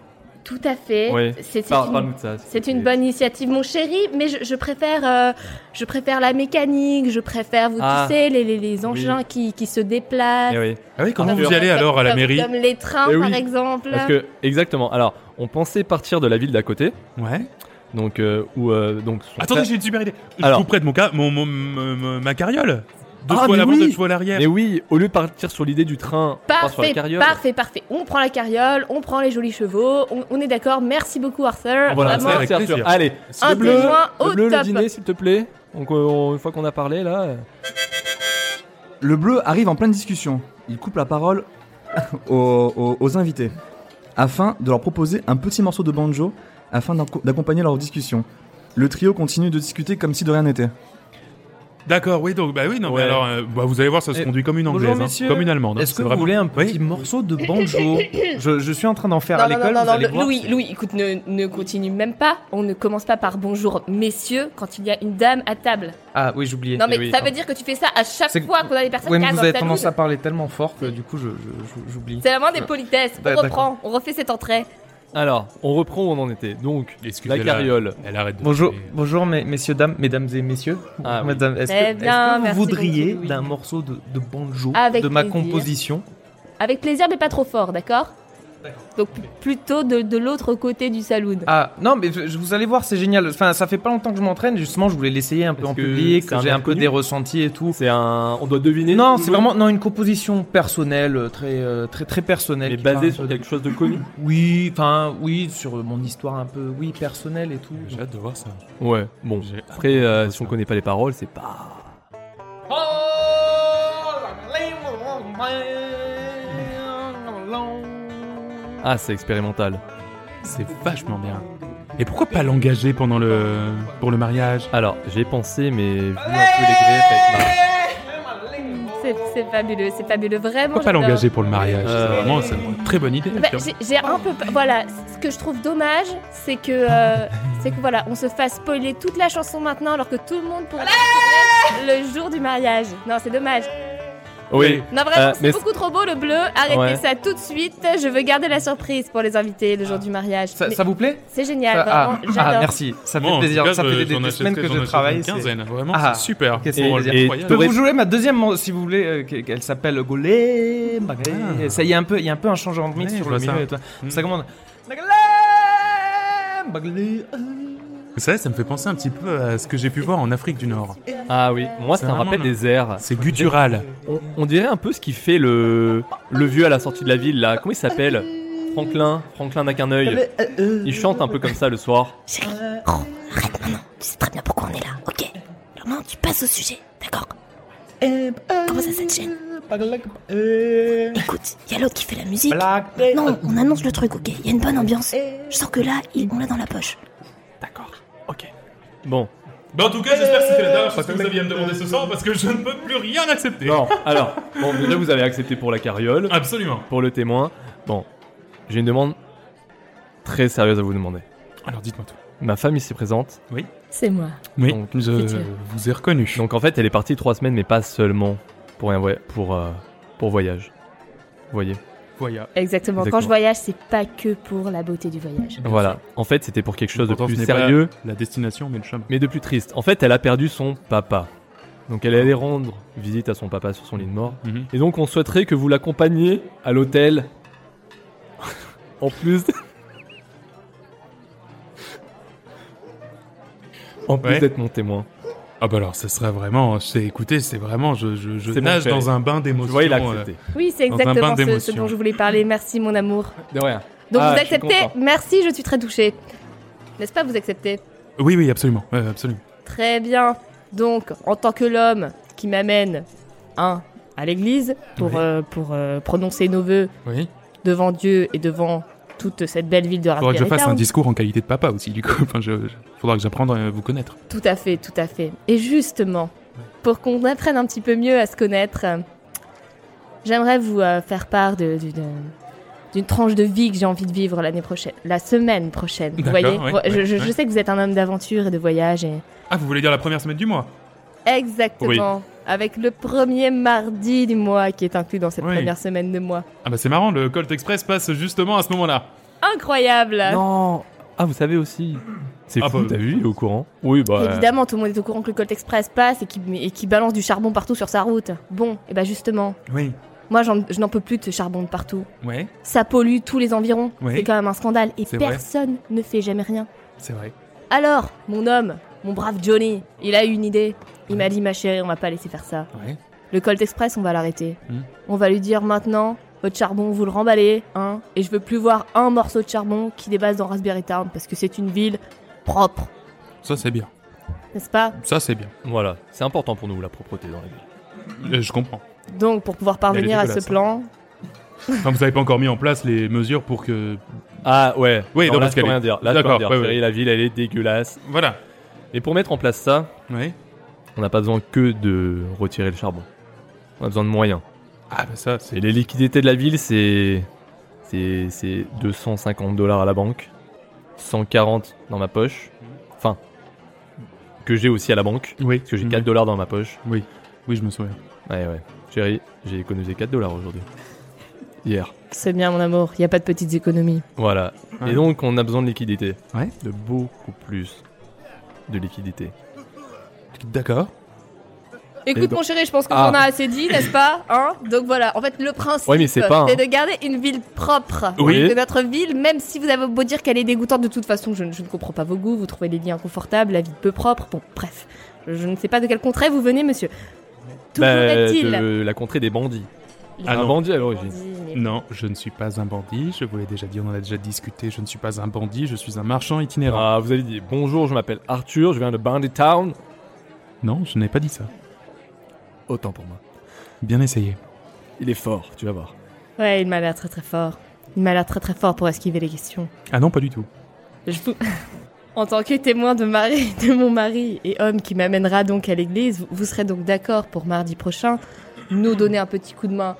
D: Tout à fait.
F: Ouais.
D: C'est c'est
F: Par-
D: une-
F: Parle-nous de ça. s'il
D: C'est
F: te
D: une
F: plaît.
D: bonne initiative, mon chéri, mais je, je préfère, euh, je préfère la mécanique, je préfère, vous
F: Ah.
D: savez, les, les, les engins qui, qui se déplacent.
F: Eh oui.
B: Ah oui, comment
D: Comme-
B: vous y allez
D: comme-
B: alors à la
D: comme-
B: mairie
D: Comme les trains,
F: Eh
D: par
F: oui.
D: exemple.
F: Parce que exactement. Alors, on pensait partir de la ville d'à côté,
B: Ouais.
F: donc euh, où euh, donc. son
B: Attendez,
F: frère-
B: j'ai une super idée.
F: Alors.
B: Je vous prête mon ca- mon, mon- mon- mon- ma carriole. Deux fois
F: Ah,
B: à
F: mais
B: l'avant,
F: oui.
B: deux fois à l'arrière.
F: Mais oui, au lieu de partir sur l'idée du train, on part sur la
D: Parfait,
F: carriole.
D: parfait, parfait. On prend la carriole, on prend les jolis chevaux, on, on est d'accord. Merci beaucoup, Arthur.
F: Voilà,
D: Vraiment,
B: avec
F: c'est Arthur.
B: plaisir.
F: Allez,
D: Un
F: le bleu,
D: témoin
F: le
D: au
F: bleu, le
D: top.
F: dîner, s'il te plaît. Donc, euh, on- une fois qu'on a parlé, là. euh,
A: Le bleu arrive en pleine discussion. Il coupe la parole *laughs* aux, aux- aux invités afin de leur proposer un petit morceau de banjo afin d'enco- d'accompagner leur discussion. Le trio continue de discuter comme si de rien n'était.
B: D'accord, oui, donc, bah oui, non,
F: Ouais.
B: mais alors, euh, bah, vous allez voir, ça se
C: Eh,
B: conduit comme une
C: bonjour,
B: anglaise, hein,
C: messieurs.
B: comme une allemande. hein,
C: Est-ce
B: c'est
C: que vous
B: vraiment-
C: voulez un
B: Oui.
C: petit morceau de
D: *coughs*
C: banjo je, je suis en train d'en faire
D: Non,
C: à
D: non,
C: l'école.
D: non,
C: vous
D: non,
C: allez
D: le-
C: voir,
D: Louis,
C: c'est-
D: Louis, écoute, ne, ne continue même pas. On ne commence pas par bonjour, messieurs, quand il y a une dame à table.
C: Ah oui, j'oubliais.
D: Non, mais
C: Eh oui,
D: ça
C: pardon.
D: veut dire que tu fais ça à chaque
C: C'est-
D: fois qu'on a des personnes
C: Oui,
D: qui
C: mais
D: arrivent
C: vous
D: dans le
C: avez
D: saloon.
C: tendance à parler tellement fort que du coup, je- je- je- j'oublie.
D: C'est vraiment des politesses. On
C: Ah. D'accord.
D: reprend, on refait cette entrée.
F: Alors, on reprend où on en était. Donc,
B: Excusez-la.
F: la carriole.
B: Elle arrête de
C: Bonjour,
B: parler.
C: bonjour mes- messieurs, dames, mesdames et messieurs.
F: Ah oui.
C: Madame, est-ce que,
D: Eh
C: est-ce que
D: bien, merci
C: vous voudriez
D: beaucoup, oui.
C: d'un morceau de, de banjo
D: Avec
C: de ma
D: plaisir.
C: composition
D: Avec plaisir, mais pas trop fort, d'accord
C: D'accord.
D: Donc p- plutôt de, de l'autre côté du saloon.
C: Ah non, mais je- vous allez voir, c'est génial. Enfin, ça fait pas longtemps que je m'entraîne. Justement, je voulais l'essayer un peu
F: Est-ce
C: en
F: que
C: public.
F: c'est un
C: J'ai
F: air
C: un peu
F: connu
C: des ressentis et tout.
F: C'est un. On doit deviner.
C: Non,
F: tout
C: c'est
F: le-
C: vraiment non une composition personnelle, euh, très euh, très très personnelle.
F: Mais
C: qui
F: basé
C: parle-
F: sur quelque chose
C: *laughs*
F: de connu.
C: Oui, enfin oui, sur euh, mon histoire un peu oui personnelle et tout.
B: J'ai hâte de voir ça.
F: Ouais. Bon.
B: J'ai-
F: Après, euh, si on connaît pas les paroles, c'est pas.
C: Oh,
F: Ah, c'est expérimental.
B: C'est vachement bien. Et pourquoi pas l'engager pendant le pour le mariage
F: Alors, j'ai pensé, mais vu un peu les griffes avec ma-
D: C'est c'est fabuleux, c'est fabuleux, vraiment.
B: Pourquoi pas
D: Oh, j'adore.
B: l'engager pour le mariage
F: Euh,
B: C'est vraiment c'est une très bonne idée.
D: Bah,
B: tiens.
D: j'ai- J'ai un peu. pe- Voilà, ce que je trouve dommage, c'est que.
C: *laughs*
D: euh, c'est que voilà, on se fasse spoiler toute la chanson maintenant alors que tout le monde pourrait la tourner le jour du mariage. Non, c'est dommage.
F: Oui.
D: Non, vraiment,
F: Euh, mais
D: c'est beaucoup trop beau le bleu. Arrêtez
F: Ouais.
D: ça tout de suite. Je veux garder la surprise pour les invités le jour du mariage.
C: Ça,
D: Mais
C: ça vous plaît
D: C'est génial,
C: Ça-
D: vraiment,
C: ah, ah,
D: j'adore.
C: merci. Ça fait
B: Moi, en tout
C: plaisir.
B: cas,
C: ça fait
B: je-
C: des,
B: j'en
C: des
B: achèterai-
C: semaines que
B: j'en
C: je
B: achèterai
C: travaille.
B: Une
C: c'est-
B: quinzaine, vraiment,
C: Ah.
B: c'est super.
C: Ok, c'est
B: Pour
C: plaisir.
B: le
F: Et-
C: Je
B: royal.
C: peux
F: Ouais.
C: vous jouer ma deuxième, mon- si vous voulez, euh, qu'e- qu'elle s'appelle Golé. Bagay. Ça, il y a un peu, il y a un peu un changement de
B: Ah.
C: mix
B: Ouais,
C: sur
B: je
C: le
B: vois ça.
C: milieu. et tout.
B: Mm.
C: Ça commande.
B: Vous savez, ça me fait penser un petit peu à ce que j'ai pu voir en Afrique du Nord.
F: Ah oui. Moi, c'est
B: C'est
F: un
B: vraiment
F: rappel
B: le-
F: des airs.
B: C'est guttural.
F: On, on dirait un peu ce qui fait le, le vieux à la sortie de la ville, là. Comment il s'appelle Franklin, Franklin n'a qu'un œil. Il chante un peu comme ça le soir.
E: Tu sais très bien pourquoi on est là, ok Maintenant, tu passes au sujet, d'accord Comment ça, cette chaîne Écoute, il y a l'autre qui fait la musique. Non, on annonce le truc, ok Il y a une bonne ambiance. Je sens que là, il, on l'a dans la poche.
F: Bon.
B: Bah en tout cas, j'espère que c'était la dernière chose que vous aviez à me demander ce soir parce que je ne peux plus rien accepter.
F: Bon, alors, bon, déjà vous avez accepté pour la carriole,
B: Absolument.
F: pour le témoin. Bon, j'ai une demande très sérieuse à vous demander.
B: Alors dites-moi tout.
F: Ma femme ici présente,
D: C'est moi.
B: Oui,
F: Donc,
B: je
D: c'est-à-dire
B: vous ai reconnu.
F: donc en fait elle est partie trois semaines, mais pas seulement pour un voya- pour, euh, pour voyage. Vous voyez
B: Voya.
D: Exactement.
F: Exactement.
D: Quand je voyage, c'est pas que pour la beauté du voyage.
F: Voilà. En fait c'était pour quelque chose de
B: Pourtant,
F: plus
B: ce n'est pas
F: sérieux.
B: La destination, mais le chemin.
F: mais de plus triste. En fait, elle a perdu son papa. Donc elle allait rendre visite à son papa sur son lit de mort.
B: Mhm.
F: Et donc on souhaiterait que vous l'accompagniez à l'hôtel. *laughs* en plus... en plus
B: Ouais.
F: d'être mon témoin.
B: Ah bah alors, ça serait vraiment. C'est écoutez, c'est vraiment. Je, je, je
F: C'est mon
B: nage
F: chéri.
B: dans un bain
F: Tu
B: d'émotions.
F: vois, il a
B: euh,
F: accepté.
D: Oui, c'est
B: Dans un bain
D: exactement ce, ce
B: d'émotions.
D: dont je voulais parler. Merci, mon amour.
F: De rien.
D: Donc
F: Ah,
D: vous
F: je suis
D: acceptez
F: content.
D: Merci, je suis très touchée. N'est-ce pas, vous acceptez
B: Oui, oui, absolument, Euh, ouais, absolument.
D: Très bien. Donc, en tant que l'homme qui m'amène, un, à l'église pour,
B: Oui.
D: euh, pour euh, prononcer nos vœux
B: Oui.
D: devant Dieu et devant toute cette belle ville de
B: Faudra que je
D: Raspberry
B: fasse un
D: Town.
B: discours en qualité de papa aussi, du coup. *laughs* Enfin, je, je- faudra que j'apprenne à vous connaître.
D: Tout à fait, tout à fait. Et justement, pour qu'on apprenne un petit peu mieux à se connaître, euh, j'aimerais vous euh, faire part de- du- de- d'une tranche de vie que j'ai envie de vivre l'année prochaine, la semaine prochaine. Vous
B: D'accord,
D: voyez,
B: ouais,
D: Vo- je,
B: ouais,
D: je-
B: ouais.
D: je sais que vous êtes un homme d'aventure et de voyage. Et...
B: Ah, vous voulez dire la première semaine du mois
D: Exactement. Avec le premier mardi du mois qui est inclus dans cette
B: Oui.
D: première semaine de mois.
B: Ah bah c'est marrant, le Colt Express passe justement à ce moment-là.
D: incroyable
F: Non Ah, vous savez aussi C'est
B: Ah
F: fou,
B: bah,
F: t'as vu, il est au courant Oui, bah. euh,
D: Évidemment, tout le monde est au courant que le Colt Express passe et qui, et qu'il balance du charbon partout sur sa route. Bon, et bah justement,
B: Oui.
D: moi j'en- je n'en peux plus de ce charbon de partout.
B: Ouais,
D: Ça pollue tous les environs.
B: Oui.
D: C'est quand même un scandale et
B: C'est vrai.
D: personne ne fait jamais rien.
B: c'est vrai.
D: Alors, mon homme, mon brave Johnny, il a eu une idée. Il m'a dit, ma chérie, on va pas laisser faire ça.
B: Ouais.
D: Le Colt Express, on va l'arrêter.
B: Hmm.
D: On va lui dire maintenant, votre charbon, vous le remballez, hein, et je veux plus voir un morceau de charbon qui dépasse dans Raspberry Town parce que c'est une ville propre,
B: Ça, c'est bien.
D: n'est-ce pas
B: Ça, c'est bien.
F: Voilà, c'est important pour nous, la propreté dans la ville.
B: Euh, Je comprends.
D: Donc, pour pouvoir parvenir à
B: dégueulasse,
D: ce
B: hein.
D: plan,
B: Enfin, vous avez pas encore mis en place les mesures pour que.
F: Ah, ouais.
B: Oui,
F: non,
B: non,
F: là,
B: parce
F: je peux
B: qu'elle
F: rien
B: est-
F: dire. Là, je peux rien
B: D'accord,
F: dire.
B: ouais, ouais.
F: Ferry, La ville, elle est dégueulasse.
B: Voilà.
F: Et pour mettre en place ça,
B: Ouais.
F: on n'a pas besoin que de retirer le charbon. On a besoin de moyens.
B: Ah, bah ça,
F: Et
B: c'est.
F: les liquidités de la ville, c'est. C'est c'est 250 dollars à la banque, 140 dans ma poche, enfin, que j'ai aussi à la banque,
B: Oui.
F: parce que j'ai
B: Mhm.
F: 4 dollars dans ma poche.
B: Oui, je me souviens.
F: Ouais, ouais. Chérie, j'ai économisé 4 dollars aujourd'hui. Hier.
D: c'est bien, mon amour, il n'y a pas de petites économies.
F: Voilà.
B: Ouais.
F: Et donc, on a besoin de liquidité.
B: Ouais.
F: De beaucoup plus de liquidité.
B: D'accord.
D: Écoute,
F: donc-
D: mon chéri, je pense qu'on
F: Ah.
D: en a assez dit, n'est-ce pas
F: *laughs*
D: hein Donc voilà, en fait, le principe,
F: Ouais, mais c'est pas un-
D: de garder une ville propre.
F: Oui.
D: De notre ville, même si vous avez beau dire qu'elle est dégoûtante, de toute façon, je, ne- je ne comprends pas vos goûts, vous trouvez les liens inconfortables, la vie peu propre, bon, bref. Je, je ne sais pas de quel contraire vous venez, monsieur. Toujours
F: Bah,
D: est-il...
F: de la contrée des bandits.
D: Les
B: Ah
F: un
B: non.
F: bandit à l'origine.
D: bandits, mais-
B: Non, je ne suis pas un bandit. Je vous l'ai déjà dit, on en a déjà discuté. Je ne suis pas un bandit, je suis un marchand itinérant.
F: Ah, vous allez dire bonjour, je m'appelle Arthur, je viens de Bandit Town.
B: Non, je n'ai pas dit ça.
F: Autant pour moi.
B: Bien essayé.
F: Il est fort, tu vas voir.
D: Ouais, il m'a l'air très très fort. Il m'a l'air très très fort pour esquiver les questions.
B: Ah non, pas du tout.
D: Je vous- *laughs* en tant que témoin de, mari, *laughs* de mon mari et homme qui m'amènera donc à l'église, vous, vous serez donc d'accord pour mardi prochain nous donner un petit coup de main.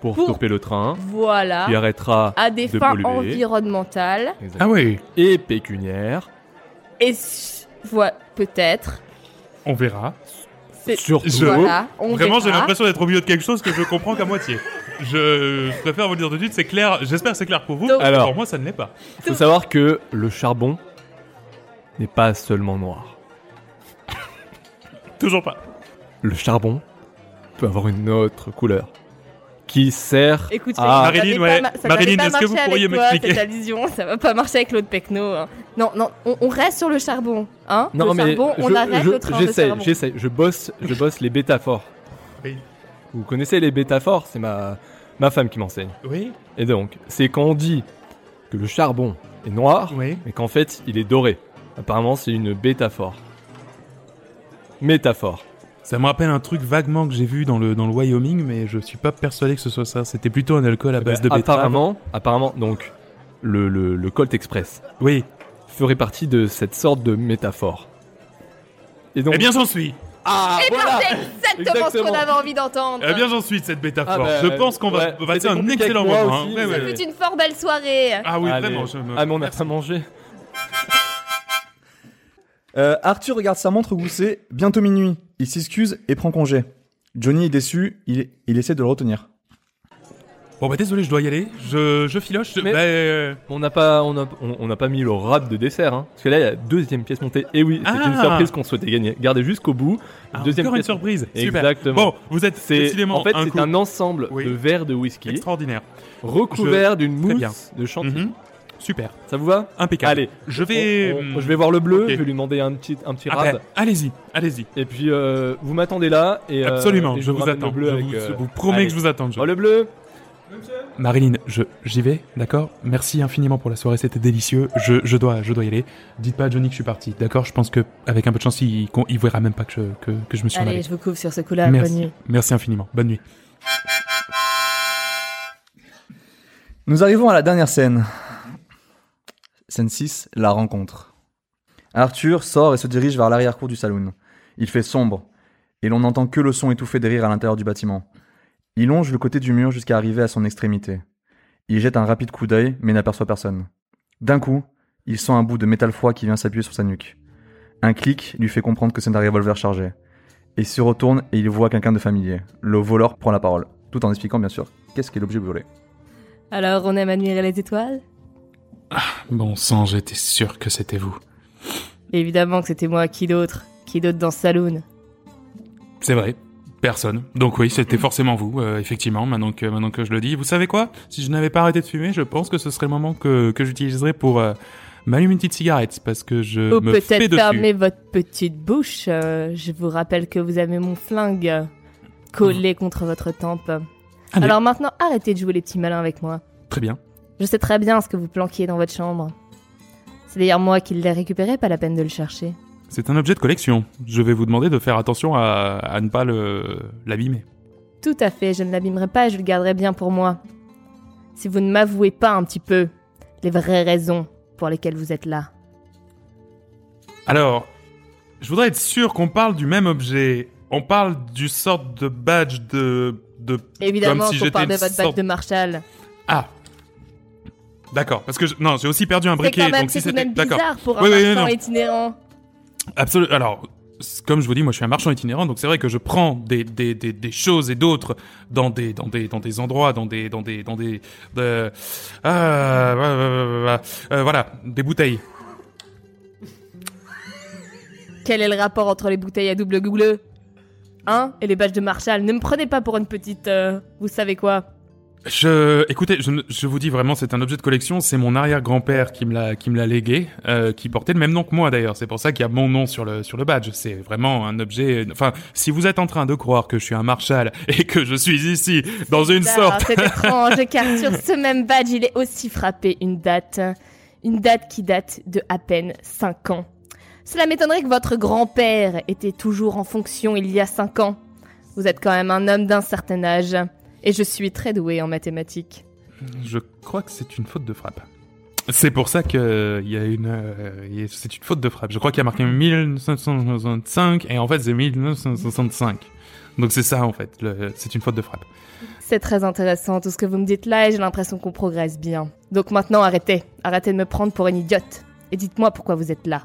F: Pour,
D: Pour- Ah.
F: stopper le train,
D: Voilà.
F: qui arrêtera
D: À des
F: de
D: fins
F: polluer.
D: environnementales.
B: Ah oui
F: et pécuniaire.
D: Et s- voilà, peut-être.
B: On verra.
D: C'est-
F: Surtout.
B: Je-
D: Voilà, on
B: Vraiment, j'ai
D: verra.
B: l'impression d'être au milieu de quelque chose que je comprends qu'à moitié. Je préfère vous le dire tout de suite, c'est clair. J'espère que c'est clair pour vous.
D: Donc-
F: Alors.
B: pour moi, ça ne l'est pas.
F: Il faut savoir que le charbon n'est pas seulement noir.
B: Toujours pas.
F: Le charbon peut avoir une autre couleur qui sert
D: Écoute,
F: à...
B: Ah. Marilyn,
D: Félix, ça n'avait
B: ouais.
D: pas ma- ça
B: Marilyn,
D: n'avait pas
B: est-ce que
D: marché
B: vous
D: avec
B: pourriez
D: toi,
B: m'expliquer
D: cette allusion, ça va pas marcher avec l'autre Pecno. hein. Non, non, on, on reste sur le charbon, hein le charbon, on
F: je-
D: arrête
F: je-
D: le train de
F: j'essaie,
D: charbon.
F: j'essaie, je bosse, je bosse les bétaphores.
B: Oui.
F: Vous connaissez les bétaphores, c'est ma ma femme qui m'enseigne.
B: Oui,
F: Et donc, c'est quand on dit que le charbon est noir,
B: oui.
F: mais qu'en fait, il est doré. Apparemment, c'est une bétaphore. Métaphore.
B: Ça me rappelle un truc vaguement que j'ai vu dans le, dans le Wyoming, mais je suis pas persuadé que ce soit ça. C'était plutôt un alcool à base de betterave.
F: Eh ben, apparemment, apparemment, donc, le, le, le Colt Express
B: Oui.
F: ferait partie de cette sorte de métaphore. Et donc,
B: Eh bien, j'en suis.
F: ah, voilà
D: Exactement, ce
F: Exactement.
D: qu'on avait envie d'entendre.
B: Eh bien, j'en suis de cette bêta
F: Ah
B: forte.
F: bah,
B: je pense qu'on va
F: ouais,
B: on va passer
F: c'était
B: un
F: compliqué avec
B: excellent
F: moi
B: moment.
F: aussi,
B: hein.
F: mais-
B: Ouais,
D: Ça
B: ouais.
D: fut une fort belle soirée.
B: Ah oui,
F: Allez.
B: vraiment. Je me...
F: Ah, mais on a pas mangé.
A: Euh, Arthur regarde sa montre goussée, bientôt minuit. Il s'excuse et prend congé. Johnny est déçu, il, il essaie de le retenir.
B: Bon, bah, désolé, je dois y aller. Je, je filoche. je-
F: Mais-
B: bah, euh,
F: On n'a pas, on a- on- on n'a pas mis le rap de dessert, hein. Parce que là, il y a deuxième pièce montée. Et oui, c'est
B: Ah.
F: une surprise qu'on souhaitait gagner. Gardez jusqu'au bout.
B: ah,
F: deuxième
B: encore une
F: pièce-
B: surprise. Super.
F: Exactement.
B: Bon, vous êtes
F: c'est,
B: décidément
F: en fait,
B: un
F: c'est
B: coup
F: un ensemble
B: Oui.
F: de verres de whisky
B: extraordinaire.
F: recouvert d'une mousse
B: bien.
F: de chantilly.
B: Mhm. Super.
F: Ça vous va
B: Impeccable.
F: Allez,
B: je vais.
F: On- on- je vais voir le bleu,
B: Ok.
F: je vais lui demander un petit, un petit
B: Ah,
F: rap.
B: bah, Allez-y, allez-y.
F: Et puis, euh, vous m'attendez là. Et, euh,
B: Absolument,
F: et
B: je vous
F: ramène
B: attends.
F: Le bleu
B: je,
F: avec,
B: vous,
F: euh,
B: je vous promets
F: allez.
B: que je vous attends. je-
F: Oh, le bleu
B: Marilyn, je j'y vais, d'accord Merci infiniment pour la soirée, c'était délicieux. Je, je dois je dois y aller. Dites pas à Johnny que je suis parti, d'accord Je pense que avec un peu de chance, il, qu'on- il verra même pas que je, que, que je me suis en
D: Allez,
B: allé.
D: je vous couvre sur ce coup-là. Bonne
B: Merci,
D: nuit.
B: merci infiniment. Bonne nuit.
A: Nous arrivons à la dernière scène. Scène 6, la rencontre. Arthur sort et se dirige vers l'arrière-cour du saloon. Il fait sombre, et l'on n'entend que le son étouffé des rires à l'intérieur du bâtiment. Il longe le côté du mur jusqu'à arriver à son extrémité. Il jette un rapide coup d'œil, mais n'aperçoit personne. D'un coup, il sent un bout de métal froid qui vient s'appuyer sur sa nuque. Un clic lui fait comprendre que c'est un revolver chargé. Il se retourne et il voit quelqu'un de familier. Le voleur prend la parole, tout en expliquant bien sûr qu'est-ce qu'est l'objet volé.
D: Alors, on aime admirer les étoiles
B: Bon sang, j'étais sûr que c'était vous.
D: Évidemment que c'était moi, qui d'autre Qui d'autre dans ce saloon
B: C'est vrai. Personne. Donc oui, c'était forcément vous, euh, effectivement, maintenant que, maintenant que je le dis. Vous savez quoi Si je n'avais pas arrêté de fumer, je pense que ce serait le moment que, que j'utiliserais pour euh, m'allumer une petite cigarette, parce que je
D: Oh,
B: me fais
D: peut-être
B: dessus.
D: fermez votre petite bouche. euh, je vous rappelle que vous avez mon flingue euh, collé contre votre tempe.
B: Ah, Allez.
D: Alors maintenant, arrêtez de jouer les petits malins avec moi.
B: Très bien.
D: Je sais très bien ce que vous planquiez dans votre chambre. C'est d'ailleurs moi qui l'ai récupéré, pas la peine de le chercher.
B: C'est un objet de collection. Je vais vous demander de faire attention à, à ne pas le l'abîmer.
D: Tout à fait, je ne l'abîmerai pas et je le garderai bien pour moi. Si vous ne m'avouez pas un petit peu les vraies raisons pour lesquelles vous êtes là.
B: Alors, je voudrais être sûr qu'on parle du même objet. On parle du sorte de badge de... de
D: Évidemment
B: comme si
D: qu'on
B: j'étais
D: parle de
B: une
D: votre
B: sorte-
D: badge de Marshall.
B: Ah D'accord, parce que je- non, j'ai aussi perdu un
D: C'est
B: briquet,
D: quand même,
B: donc si
D: c'est tout de
B: c'était
D: même
B: d'accord,
D: bizarre pour un
B: Oui, oui, oui,
D: marchand
B: non.
D: itinérant.
B: absolument. Alors, c- comme je vous dis, moi je suis un marchand itinérant, donc c'est vrai que je prends des, des, des, des choses et d'autres dans des dans des dans des endroits, dans des dans des dans des de- ah, bah, bah, bah, bah, euh, voilà, des bouteilles.
D: Quel est le rapport entre les bouteilles à double gouleux Hein Et les badges de Marshall Ne me prenez pas pour une petite... euh, vous savez quoi
B: Je, écoutez, je, ne- je vous dis vraiment, c'est un objet de collection. C'est mon arrière-grand-père qui me l'a, qui me l'a légué, euh, qui portait le même nom que moi d'ailleurs. C'est pour ça qu'il y a mon nom sur le, sur le badge. C'est vraiment un objet. Enfin, si vous êtes en train de croire que je suis un marshal et que je suis ici dans une *laughs*
D: Bizarre,
B: sorte,
D: C'est étrange, car sur ce même badge, il est aussi frappé une date. Une date qui date de à peine 5 ans. Cela m'étonnerait que votre grand-père était toujours en fonction il y a 5 ans. Vous êtes quand même un homme d'un certain âge. Et je suis très doué en mathématiques.
B: je crois que c'est une faute de frappe. C'est pour ça que euh, il y a une, euh, il y a- c'est une faute de frappe. Je crois qu'il y a marqué 1965 et en fait c'est 1965. Donc c'est ça en fait. le- c'est une faute de frappe.
D: C'est très intéressant tout ce que vous me dites là et j'ai l'impression qu'on progresse bien. Donc maintenant arrêtez, arrêtez de me prendre pour une idiote. Et dites-moi pourquoi vous êtes là.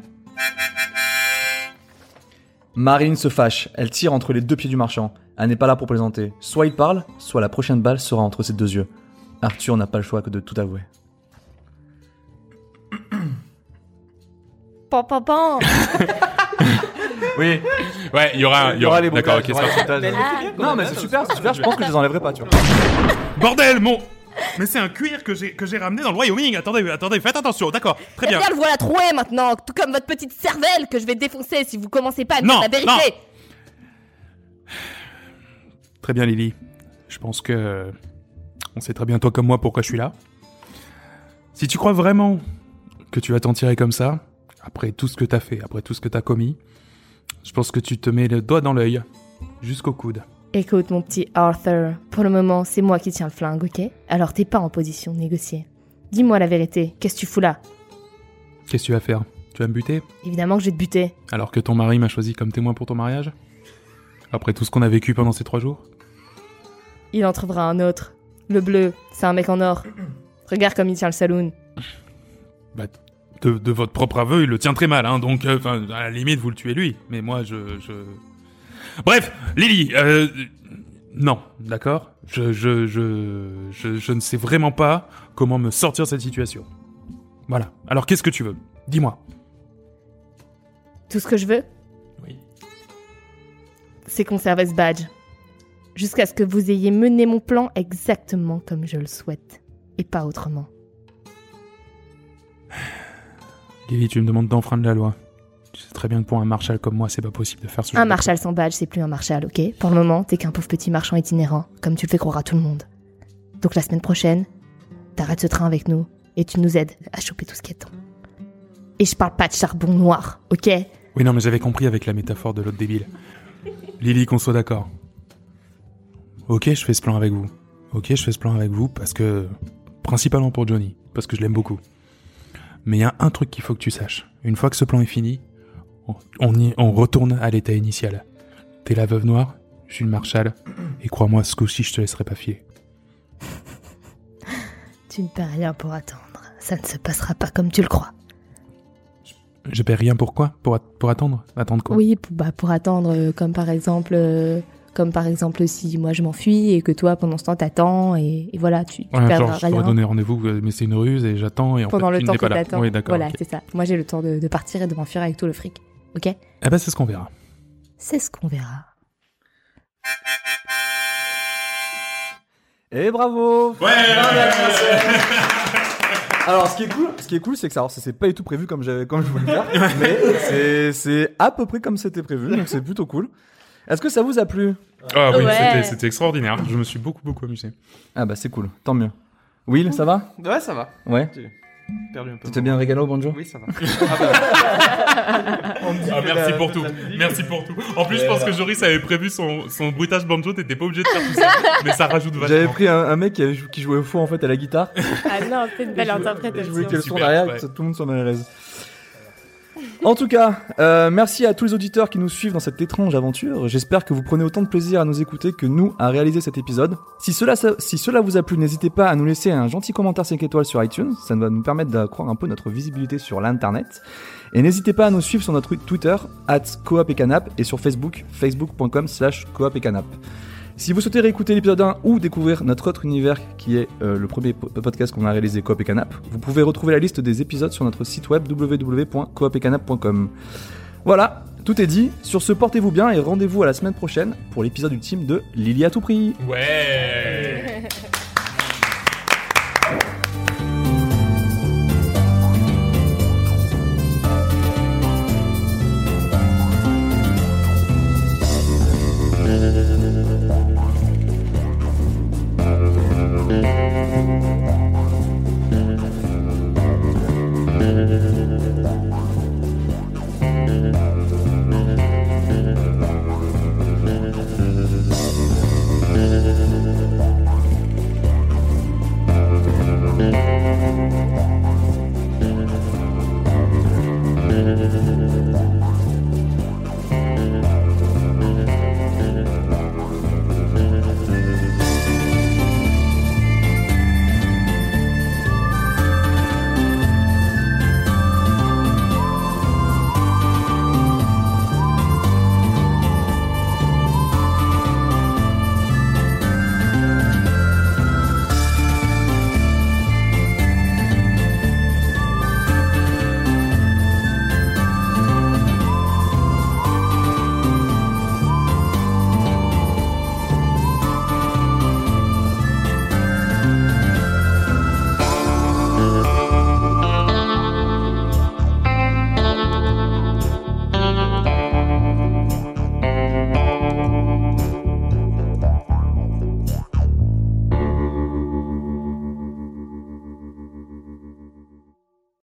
A: Marine se fâche, elle tire entre les deux pieds du marchand. Elle n'est pas là pour plaisanter. Soit il parle, soit la prochaine balle sera entre ses deux yeux. Arthur n'a pas le choix que de tout avouer.
D: Pan pan pan
A: Oui,
B: Ouais, Eh, il y
A: Ah,
B: aura, un- il y aura. D'accord, ok, c'est parti.
A: Non, mais c'est super, c'est super, je pense que je les enlèverai pas, tu vois.
B: Bordel, mon *laughs* Mais c'est un cuir que j'ai que j'ai ramené dans le Wyoming. Attendez, attendez, faites attention. D'accord, très
D: Eh
B: bien.
D: bien, le voilà troué maintenant, tout comme votre petite cervelle que je vais défoncer si vous commencez pas à me
B: Non,
D: dire la vérité.
B: Très bien, Lily. Je pense que euh, on sait très bien toi comme moi pourquoi je suis là. Si tu crois vraiment que tu vas t'en tirer comme ça, après tout ce que t'as fait, après tout ce que t'as commis, je pense que tu te mets le doigt dans l'œil jusqu'au coude.
D: Écoute, mon petit Arthur, pour le moment, c'est moi qui tiens le flingue, ok Alors t'es pas en position de négocier. Dis-moi la vérité, qu'est-ce que tu fous là
B: Qu'est-ce que tu vas faire Tu vas me buter
D: Évidemment que je vais te buter.
B: alors que ton mari m'a choisi comme témoin pour ton mariage Après tout ce qu'on a vécu pendant ces trois jours
D: Il en trouvera un autre. Le bleu, c'est un mec en or. Regarde comme il tient le saloon.
B: de, de votre propre aveu, il le tient très mal, hein, donc euh, 'fin, à la limite, vous le tuez lui. Mais moi, je... je... Bref, Lily, euh, non, d'accord je, je, je, je, je ne sais vraiment pas comment me sortir de cette situation. Voilà, alors qu'est-ce que tu veux Dis-moi.
D: Tout ce que je veux
B: Oui.
D: C'est conserver ce badge. Jusqu'à ce que vous ayez mené mon plan exactement comme je le souhaite. Et pas autrement.
B: Lily, tu me demandes d'enfreindre la loi. Tu sais très bien que pour un marshal comme moi, c'est pas possible de faire ce genre
D: Un
B: de-
D: marshal sans badge, c'est plus un marshal, ok Pour le moment, t'es qu'un pauvre petit marchand itinérant, comme tu le fais croire à tout le monde. Donc la semaine prochaine, t'arrêtes ce train avec nous et tu nous aides à choper tout ce qui attend. Et je parle pas de charbon noir, ok
B: Oui, non, mais j'avais compris avec la métaphore de l'autre débile. Lily, qu'on soit d'accord. Ok, je fais ce plan avec vous. Ok, je fais ce plan avec vous parce que. Principalement pour Johnny, parce que je l'aime beaucoup. Mais il y a un truc qu'il faut que tu saches. Une fois que ce plan est fini, on, on y, on retourne à l'état initial. T'es la veuve noire, je suis le marshal, et crois-moi, ce coup-ci, je te laisserai pas filer.
D: Tu ne perds rien pour attendre. Ça ne se passera pas comme tu le crois.
B: Je paie rien pour quoi pour, at- pour attendre Attendre quoi
D: Oui, pour, bah, pour attendre, euh, comme par exemple, euh, Comme par exemple si moi je m'enfuis et que toi pendant ce temps t'attends et, et voilà, tu, tu
B: Ouais,
D: perds
B: genre, je
D: rien
B: pourrais donner rendez-vous, euh, mais c'est une ruse et j'attends et en
D: pendant
B: fait,
D: le
B: il
D: temps
B: n'est
D: que
B: pas là.
D: t'attends.
B: Oui, d'accord.
D: voilà,
B: ok.
D: c'est ça. Moi j'ai le temps de, de partir et de m'enfuir avec tout le fric. Ok
B: Eh ben, c'est ce qu'on verra.
D: C'est ce qu'on verra.
A: Et bravo
B: Ouais,
A: *laughs* Alors, ce qui est cool, ce qui est cool, c'est que ça, alors, c'est- c'est pas du tout prévu comme j'avais, comme je voulais faire, mais c'est, c'est à peu près comme c'était prévu, donc c'est plutôt cool. Est-ce que ça vous a plu
B: Ah oui,
D: Ouais.
B: c'était- c'était extraordinaire. Je me suis beaucoup, beaucoup amusé.
A: Ah bah c'est cool, tant mieux. Will, ça va
C: Ouais, ça va.
A: Ouais.
C: Perdu un peu.
A: Tu t'es bien régalé au banjo
C: Oui, ça va.
B: Ah, merci pour *laughs* tout. Merci pour tout. En plus, je pense que Joris avait prévu son, son bruitage banjo. T'étais pas obligé de faire tout ça. mais ça rajoute
A: J'avais
B: vachement.
A: pris un, un mec qui, avait jou- qui jouait au faux en fait à la guitare.
D: *laughs* Ah non, c'est une belle
A: Et je voulais
D: interprétation.
A: qu'elle tourne
B: Super,
A: derrière,
B: ouais.
A: que tout le monde soit mal à l'aise. En tout cas, euh, merci à tous les auditeurs qui nous suivent dans cette étrange aventure. J'espère que vous prenez autant de plaisir à nous écouter que nous à réaliser cet épisode. Si cela, ça- si cela vous a plu, n'hésitez pas à nous laisser un gentil commentaire 5 étoiles sur iTunes. Ça va nous permettre d'accroître un peu notre visibilité sur l'internet. Et n'hésitez pas à nous suivre sur notre Twitter, at coop et canap, et sur Facebook, facebook.com slash coop et canap. Si vous souhaitez réécouter l'épisode 1 ou découvrir notre autre univers qui est euh, le premier po- podcast qu'on a réalisé Coop et Canap, vous pouvez retrouver la liste des épisodes sur notre site web www.coopetcanap.com. Voilà, tout est dit. Sur ce, portez-vous bien et rendez-vous à la semaine prochaine pour l'épisode ultime de Lily à tout prix.
B: Ouais.